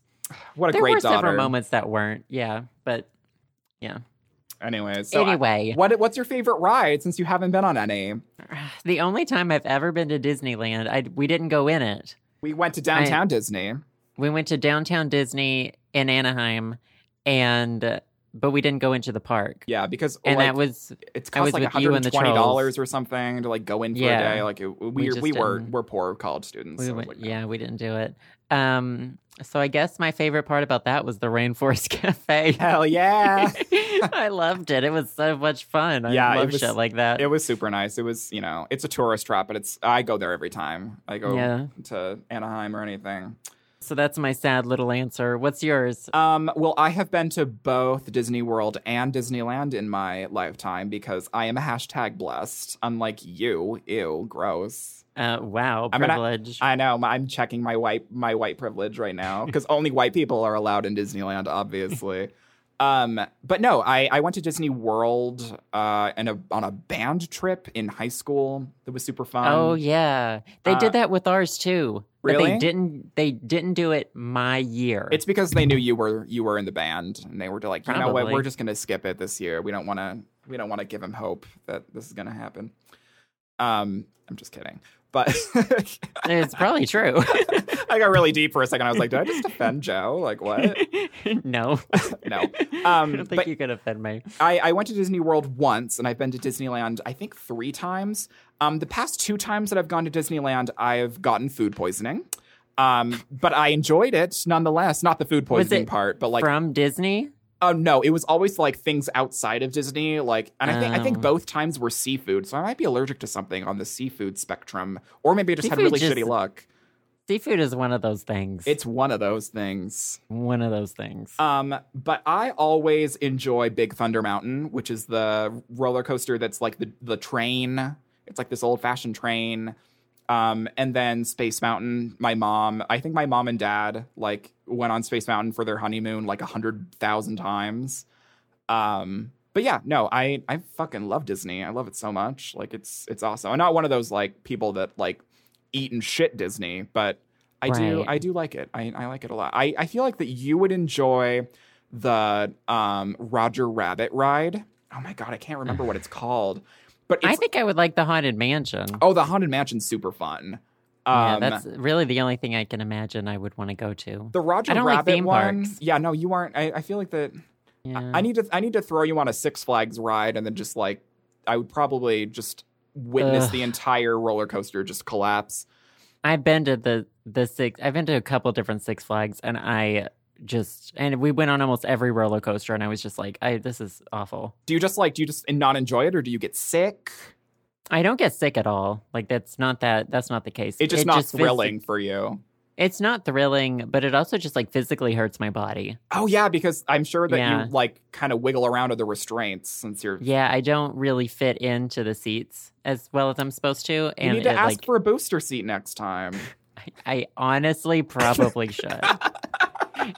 What a
there
great
were
daughter.
several moments that weren't. Yeah, but
Anyways, so I-
anyway,
what what's your favorite ride since you haven't been on any?
(sighs) the only time I've ever been to Disneyland, I we didn't go in it.
We went to downtown Disney.
we went to downtown Disney in Anaheim, and uh, but we didn't go into the park,
Yeah, because
and
like,
that was
it's
I
cost
was
like
with you and the
dollars or something to like go in for
Yeah.
a day. Like it, we we,
just
were
didn't-
we're poor college students.
we
so,
went,
like,
yeah, we didn't do it. Um, so I guess my favorite part about that was the Rainforest (laughs) Cafe.
(laughs)
(laughs)
Hell yeah!
I loved it. It was so much fun. I
Yeah, it
love
was-
shit like that.
it was super nice. It was you know it's a tourist trap, but it's I go there every time I go
Yeah.
to Anaheim or anything.
so that's my sad little answer. What's yours?
Um, well, I have been to both Disney World and Disneyland in my lifetime because I am hashtag blessed. Unlike you, ew, gross.
Uh, wow,
I mean, I-
privilege.
I know. my- I'm checking my white my white privilege right now because only white people are allowed in Disneyland, obviously. um, but no, I, I went to Disney World uh, and a, on a band trip in high school that was super fun.
oh yeah, they
um, uh,
did that with ours too. but
really?
They didn't. They didn't do it my year.
It's because they knew you were you were in the band, and they were like, you know what,
Probably.
we're just gonna skip it this year. We don't want to we don't want to give him hope that this is gonna happen. Um, I'm just kidding, but (laughs)
it's probably true. (laughs)
I got really deep for a second. I was like, did I just offend Joe? Like what? (laughs)
no.
No.
(laughs) I
Um,
don't think
but-
you could offend me.
I, I went to Disney World once, and I've been to Disneyland I think three times. Um, the past two times that I've gone to Disneyland, I've gotten food poisoning. Um, but I enjoyed it nonetheless. Not the food
Was
poisoning
it
part, but like
From Disney?
oh no, it was always like things outside of Disney. Like, and I think I think
Oh.
both times were seafood, so I might be allergic to something on the seafood spectrum, or maybe I just had
Seafood
really
just-
shitty luck.
Seafood is one of those things.
It's one of those things.
one of those things.
Um, but I always enjoy Big Thunder Mountain, which is the roller coaster that's like the the train. It's like this old fashioned train. Um, and then Space Mountain. My mom, I think my mom and dad like went on Space Mountain for their honeymoon like a hundred thousand times. Um, but yeah, no, I I fucking love Disney. I love it so much. Like it's it's awesome. I'm not one of those like people that like eat and shit Disney, but I do
Right.
I do like it. I, I like it a lot. I, I feel like that you would enjoy
(sighs)
the um Roger Rabbit ride. Oh my god, I can't remember what it's called. But it's,
I think I would like the Haunted Mansion.
oh, the haunted mansion's super fun.
yeah,
Um,
that's really the only thing I can imagine I would want to go to.
the Roger
I don't like
Rabbit
theme
one.
parks.
Yeah, no, you aren't. I, I feel like that.
yeah.
I need to I need to throw you on a Six Flags ride and then just like I would probably just witness
Ugh.
the entire roller coaster just collapse.
I've been to the the six. I've been to a couple different Six Flags, and I just and we went on almost every roller coaster, and I was just like, I this is awful.
Do you just like do you just not enjoy it or do you get sick?
I don't get sick at all. Like that's not that that's not the case.
It's just
It
not
phys-
thrilling for you.
it's not thrilling, but it also just like physically hurts my body.
Oh yeah, because I'm sure that
Yeah.
you like kind of wiggle around to the restraints since you're.
Yeah, I don't really fit into the seats as well as I'm supposed to,
You
and
need to
it,
ask
like
for a booster seat next time.
I honestly probably
(laughs)
should.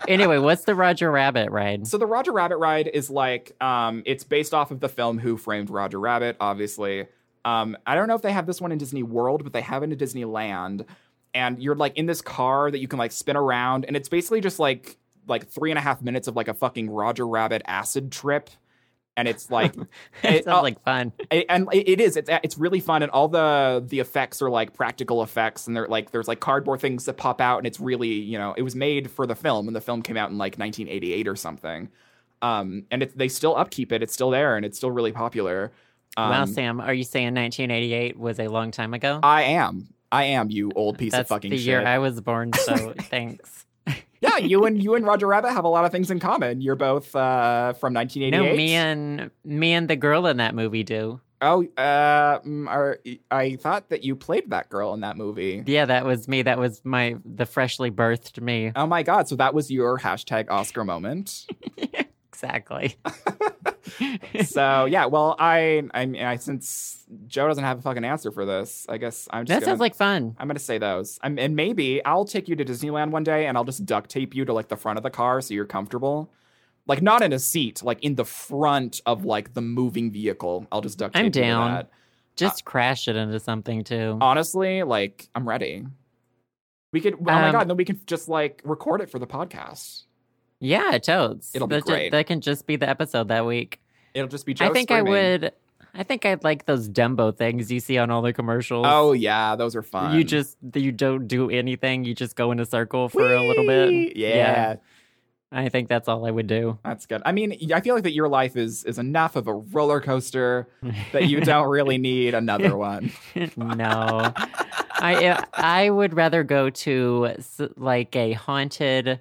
anyway, what's the Roger Rabbit ride? (laughs)
So the Roger Rabbit ride is like um, it's based off of the film Who Framed Roger Rabbit, obviously. Um, I don't know if they have this one in Disney World, but they have it in Disneyland. And you're like in this car that you can like spin around, and it's basically just like like three and a half minutes of like a fucking Roger Rabbit acid trip. And it's like
It
it-
sounds
uh,
like fun.
it- and it it is it's it's really fun and all the the effects are like practical effects and they're like there's like cardboard things that pop out and it's really you know it was made for the film and the film came out in like 1988 or something um and it, they still upkeep it it's still there and it's still really popular um,
wow, Sam, are you saying 1988 was a long time ago?
i am i am you old piece
That's
of fucking
the
shit
year I was born,
(laughs)
so thanks.
yeah you and you and roger rabbit have a lot of things in common you're both uh from
No,
1988
me and me and the girl in that movie do.
oh uh mm, are, i thought that you played that girl in that movie
Yeah, that was me. That was my the freshly birthed me.
Oh my god! So that was your hashtag Oscar moment.
Exactly. (laughs)
so yeah, well, I, I, mean, I since Joe doesn't have a fucking answer for this, I guess I'm just.
That sounds
gonna-
like fun.
I'm gonna say those. i and maybe I'll take you to Disneyland one day, and I'll just duct tape you to like the front of the car so you're comfortable, like not in a seat, like in the front of like the moving vehicle. I'll just duct tape.
I'm
you to
down.
that.
Just crash it into something too.
Uh, Honestly, like I'm ready. We could. Oh my
Um,
god! Then we can just like record it for the podcast.
yeah, totes.
It'll be
that, ju-
great.
that can just be the episode that week.
It'll just be. Joe
I think
screaming.
I would. I think I'd like those Dumbo things you see on all the commercials.
Oh yeah, those are fun.
you just you don't do anything. You just go in a circle for a little
Whee!
bit.
Yeah,
I think that's all I would
(laughs)
do.
that's good. I mean, I feel like that your life is is enough of a roller coaster
(laughs)
that you don't really need another one.
no, I I would rather go to s- like a haunted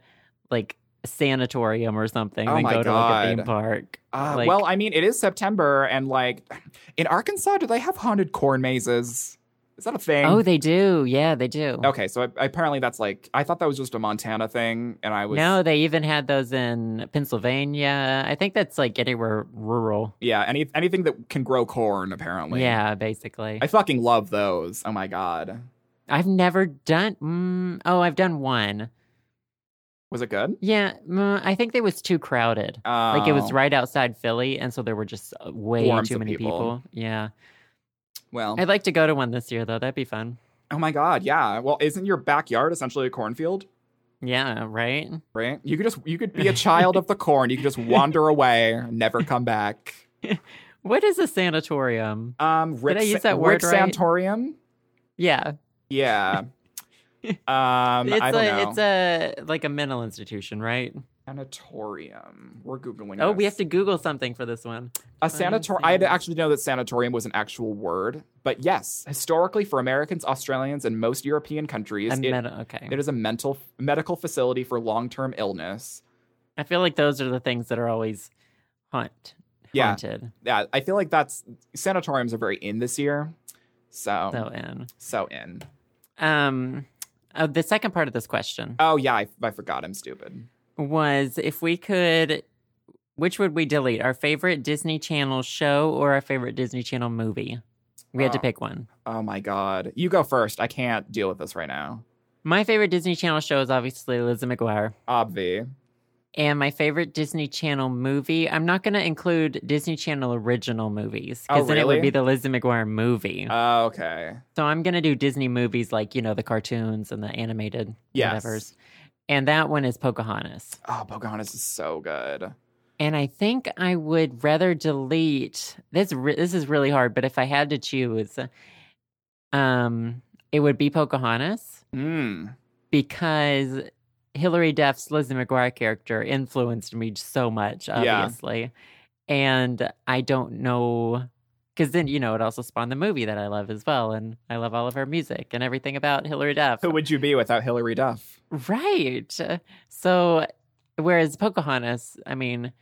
like sanatorium or something
Oh
than
my
go to like a theme
God.
park.
Uh,
Like,
well, I mean, it is September, and like in Arkansas, do they have haunted corn mazes? Is that a thing?
oh, they do. Yeah, they do.
okay, so I, apparently that's like I thought that was just a Montana thing, and I was
No, they even had those in Pennsylvania. I think that's like anywhere rural.
yeah, any anything that can grow corn apparently.
yeah, basically.
I fucking love those. Oh my god,
I've never done. Mm, oh, I've done one.
was it good?
Yeah, mm, I think it was too crowded. Like it was
Oh,
right outside Philly, and so there were just uh, way
Swarms
too
of
many
people.
people. Yeah,
Well,
I'd like to go to one this year though. That'd be fun.
oh my god, yeah. Well, isn't your backyard essentially a cornfield?
Yeah, right.
right? You could just you could be a child of the corn. You could just wander away, never come back.
What is a sanatorium?
Um, Rick,
I use
Sa-
that word
Rick
right?
Santorum.
Yeah, (laughs)
Yeah. um, I
it's
don't
a
know.
it's a like a mental institution, right?
sanatorium. We're googling.
Oh, we
this.
have to Google something for this one.
A sanator. I didn't actually know that sanatorium was an actual word, but yes, historically for Americans, Australians, and most European countries,
A
it,
meta- okay,
it is a mental medical facility for long term illness.
I feel like those are the things that are always haunt
Yeah.
haunted.
Yeah, I feel like that's sanatoriums are very in this year. So
So in
so in.
um, uh, the second part of this question
Oh yeah, I, I forgot. I'm stupid.
was if we could, which would we delete? Our favorite Disney Channel show or our favorite Disney Channel movie? We had to
Oh.
pick one.
Oh my god, you go first. I can't deal with this right now.
My favorite Disney Channel show is obviously Lizzie McGuire.
Obvi.
And my favorite Disney Channel movie, I'm not going to include Disney Channel original movies because
Oh,
then it would
really?
be the Lizzie McGuire movie.
Oh, okay.
so I'm going to do Disney movies like, you know, the cartoons and the animated
Yes.
whatevers. And that one is Pocahontas.
Oh, Pocahontas is so good.
And I think I would rather delete this. Re- this is really hard, but if I had to choose, um, it would be Pocahontas
Mm.
because Hilary Duff's Lizzie McGuire character influenced me so much,
Yeah.
obviously. And I don't know, because then you know it also spawned the movie that I love as well, and I love all of her music and everything about Hilary Duff.
Who would you be without Hillary Duff?
Right. So, whereas Pocahontas, I mean,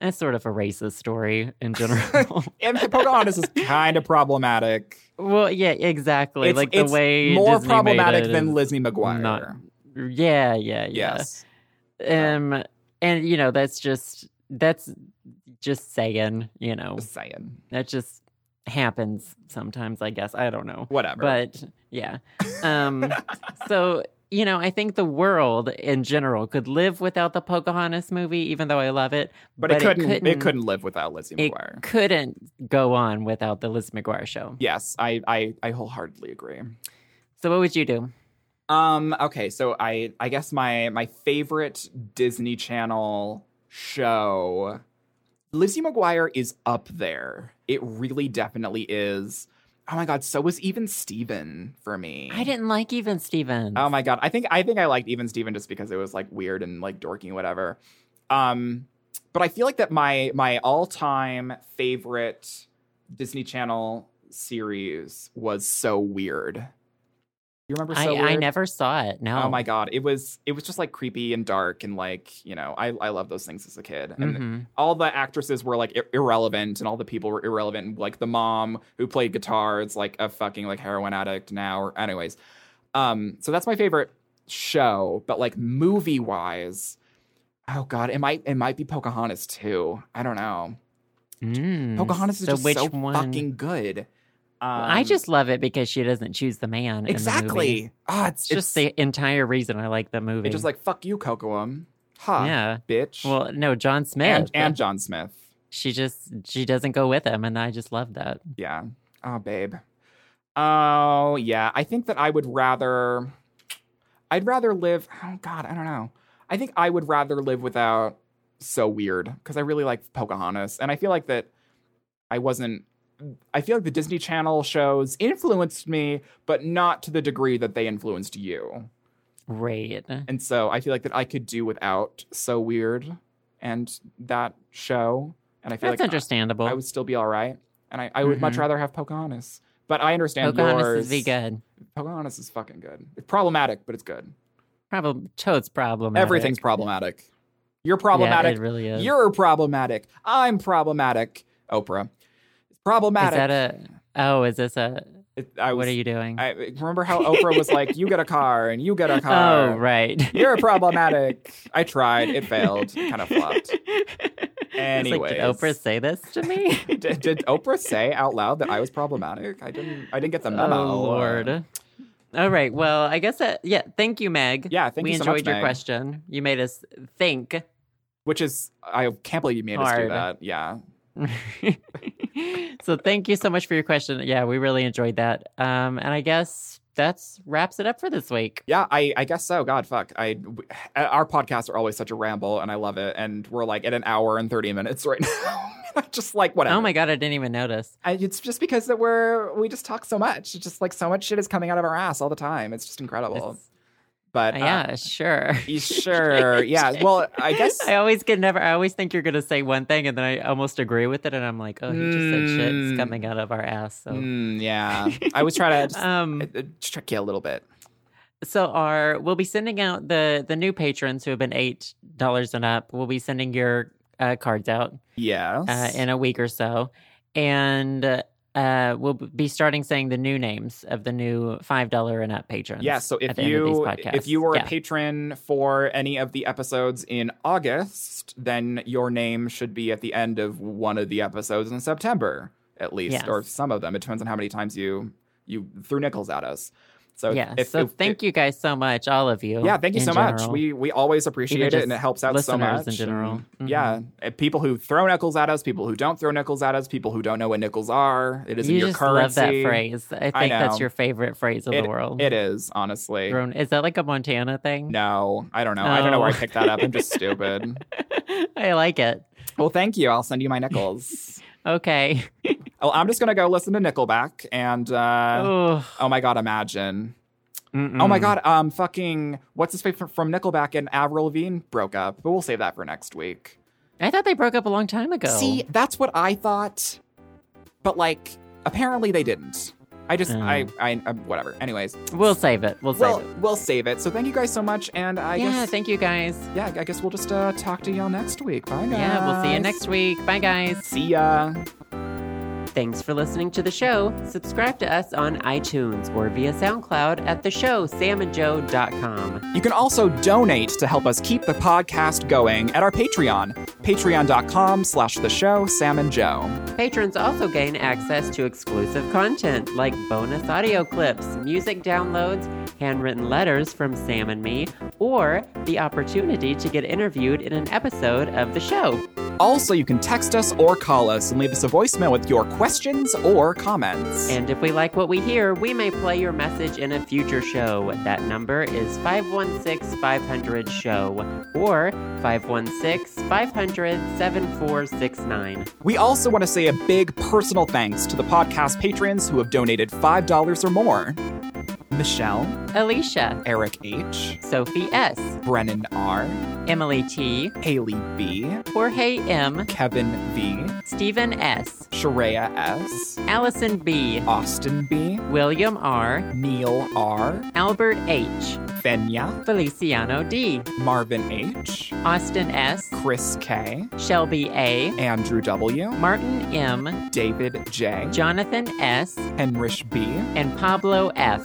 that's sort of a racist story
(laughs)
in general. (laughs)
And Pocahontas is (laughs) kind of problematic.
well, yeah, exactly.
It's-
like the
it's
way
more
Disney made
problematic
it
than
is-
Lizzie McGuire.
not- Yeah, yeah, yeah.
Yes.
Um, and you know, that's just that's just saying. You know,
Just saying.
that just happens sometimes. I guess I don't know.
Whatever.
But yeah. Um so you know, I think the world in general could live without the Pocahontas movie, even though I love it.
but, it, couldn't, it couldn't. live without Lizzie
it
McGuire.
couldn't go on without the Liz McGuire show.
Yes, I, I I wholeheartedly agree.
So what would you do?
Um. Okay. So I I guess my my favorite Disney Channel show, Lizzie McGuire is up there. It really definitely is. Oh my god. So was even Steven for me.
I didn't like even Stevens.
Oh my god. I think I think I liked Even Steven just because it was like weird and like dorky and whatever. Um but I feel like that my my all-time favorite Disney Channel series was so weird. You remember so
I,
weird?
I never saw it. No.
Oh my god. It was it was just like creepy and dark and like, you know, I I love those things as a kid. And
Mhm.
all the actresses were like ir- irrelevant and all the people were irrelevant like the mom who played guitar is like a fucking like heroin addict now or anyways um so that's my favorite show but like movie wise oh god it might it might be pocahontas too i don't know
Mm.
pocahontas is
So
just
which
so
one?
fucking good um,
I just love it because she doesn't choose the man. in the movie.
exactly ah it's,
It's
it's
just the entire reason I like the movie.
it's just like fuck you cocoam ha
Yeah.
bitch
Well, no, John Smith.
and, and john smith
she just she doesn't go with him, and I just love that.
Yeah. Oh, babe. Oh, yeah. I think that I would rather. I'd rather live. Oh, God. I don't know. I think I would rather live without So Weird because I really like Pocahontas. And I feel like that I wasn't. I feel like the Disney Channel shows influenced me, but not to the degree that they influenced you.
Right.
And so I feel like that I could do without So Weird and that show. And I feel
That's
like
understandable.
I would still be all right. And I, I would much
Mhm.
rather have Pocahontas. But I understand
Pocahontas
yours.
is be good.
Pocahontas is fucking good. It's problematic, but it's good.
Problem. Toad's problem.
Everything's problematic. You're problematic.
Yeah, it really is.
You're problematic. I'm problematic. Oprah. It's problematic.
Is that a? Oh, is this a?
It- I was,
What are you doing? (laughs)
I remember how Oprah was like, "You get a car, and you get a car."
oh, right.
You're problematic. I tried. It failed. Kind of flopped.
(laughs) It's like,
Anyways.
did Oprah (laughs) say this to
(laughs)
me?
Did, did Oprah say out loud that I was problematic? I didn't. I didn't get the memo.
oh Lord. All right. Well, I guess that. Yeah. Thank you, Meg.
Yeah, thank
we
you so
enjoyed
much,
your
Meg.
question. You made us think.
Which is, I can't believe you made us do
Hard.
that. Yeah.
(laughs) so thank you so much for your question. Yeah, we really enjoyed that. Um, and I guess that's wraps it up for this week. Oh
Yeah, I, I guess so. God, fuck. I, w- our podcasts are always such a ramble, and I love it. And we're like at an hour and 30 minutes right (laughs) now. I'm just like, whatever.
Oh my god, I didn't even notice.
I, it's just because that we're, we just talk so much. It's just like so much shit is coming out of our ass all the time. It's just incredible.
It's-
But,
uh,
uh,
yeah,
(laughs)
sure. (laughs)
you sure. yeah. Well, I guess.
I always can never. I always think you're gonna say one thing, and then I almost agree with it, and I'm like, oh, he just said
Mm.
shit's coming out of our ass. So,
Mm,
(laughs)
yeah. I was trying to just,
um,
uh, uh, trick you a little bit.
so our we'll be sending out the the new patrons who have been eight dollars and up. We'll be sending your uh, cards out.
Yes.
uh, in a week or so, and uh, we'll be starting saying the new names of the new five dollar and up patrons.
Yeah, so if
at the end of these
you
podcasts.
if you were
Yeah.
a patron for any of the episodes in August, then your name should be at the end of one of the episodes in September, at least,
Yes.
or some of them. It depends on how many times you you threw nickels at us. So if-
yeah,
if,
so thank you guys so much, all of you.
Yeah, thank you
in
so much.
general.
We we always appreciate it,
just
and it helps out so
listeners
much.
in general. Mm-hmm.
And, Yeah, and people who throw nickels at us, people who don't throw nickels at us, people who don't know what nickels are. It isn't
you
your
just
currency.
love that phrase. I think
know.
that's your favorite phrase of
It-
the world.
It is honestly.
Thrown- Is that like a Montana thing?
No, I don't know. I don't know where I
No.
picked that up. I'm just stupid.
(laughs) I like it.
Well, thank you. I'll send you my nickels.
Okay.
well, I'm just gonna go listen to Nickelback and uh,
Ugh.
oh my god, imagine. Oh
Mm-mm.
my god, um, fucking what's his face fr- from Nickelback and Avril Lavigne broke up, but we'll save that for next week.
I thought they broke up a long time ago.
See, that's what I thought, but like apparently they didn't. I just,
Oh.
I, I, um, whatever. Anyways,
we'll save it. We'll save
well,
it.
we'll save it. So thank you guys so much, and I
yeah,
guess,
thank you guys.
yeah, I guess we'll just uh, talk to y'all next week. Bye guys.
Yeah, we'll see you next week. Bye, guys.
See ya.
Thanks for listening to the show. Subscribe to us on iTunes or via SoundCloud at the show samandjoe.com.
You can also donate to help us keep the podcast going at our Patreon, patreon.com slash the show Sam and Joe.
Patrons also gain access to exclusive content like bonus audio clips, music downloads, handwritten letters from Sam and me, or the opportunity to get interviewed in an episode of the show.
Also, you can text us or call us and leave us a voicemail with your questions or comments.
And if we like what we hear, we may play your message in a future show. That number is 516 500 show or 516 500 7469.
we also want to say a big personal thanks to the podcast patrons who have donated $5 or more. Michelle,
Alicia,
Eric H.,
Sophie S.,
Brennan R.,
Emily T.,
Haley B.,
Jorge M.,
Kevin V.,
Stephen S.,
Sharia S.,
Allison B.,
Austin B.,
William R.,
Neil R.,
Albert H.,
Fenya,
Feliciano D.,
Marvin H.,
Austin S.,
Chris K.,
Shelby A.,
Andrew W.,
Martin M.,
David J.,
Jonathan S.,
Henrich B.
and Pablo F.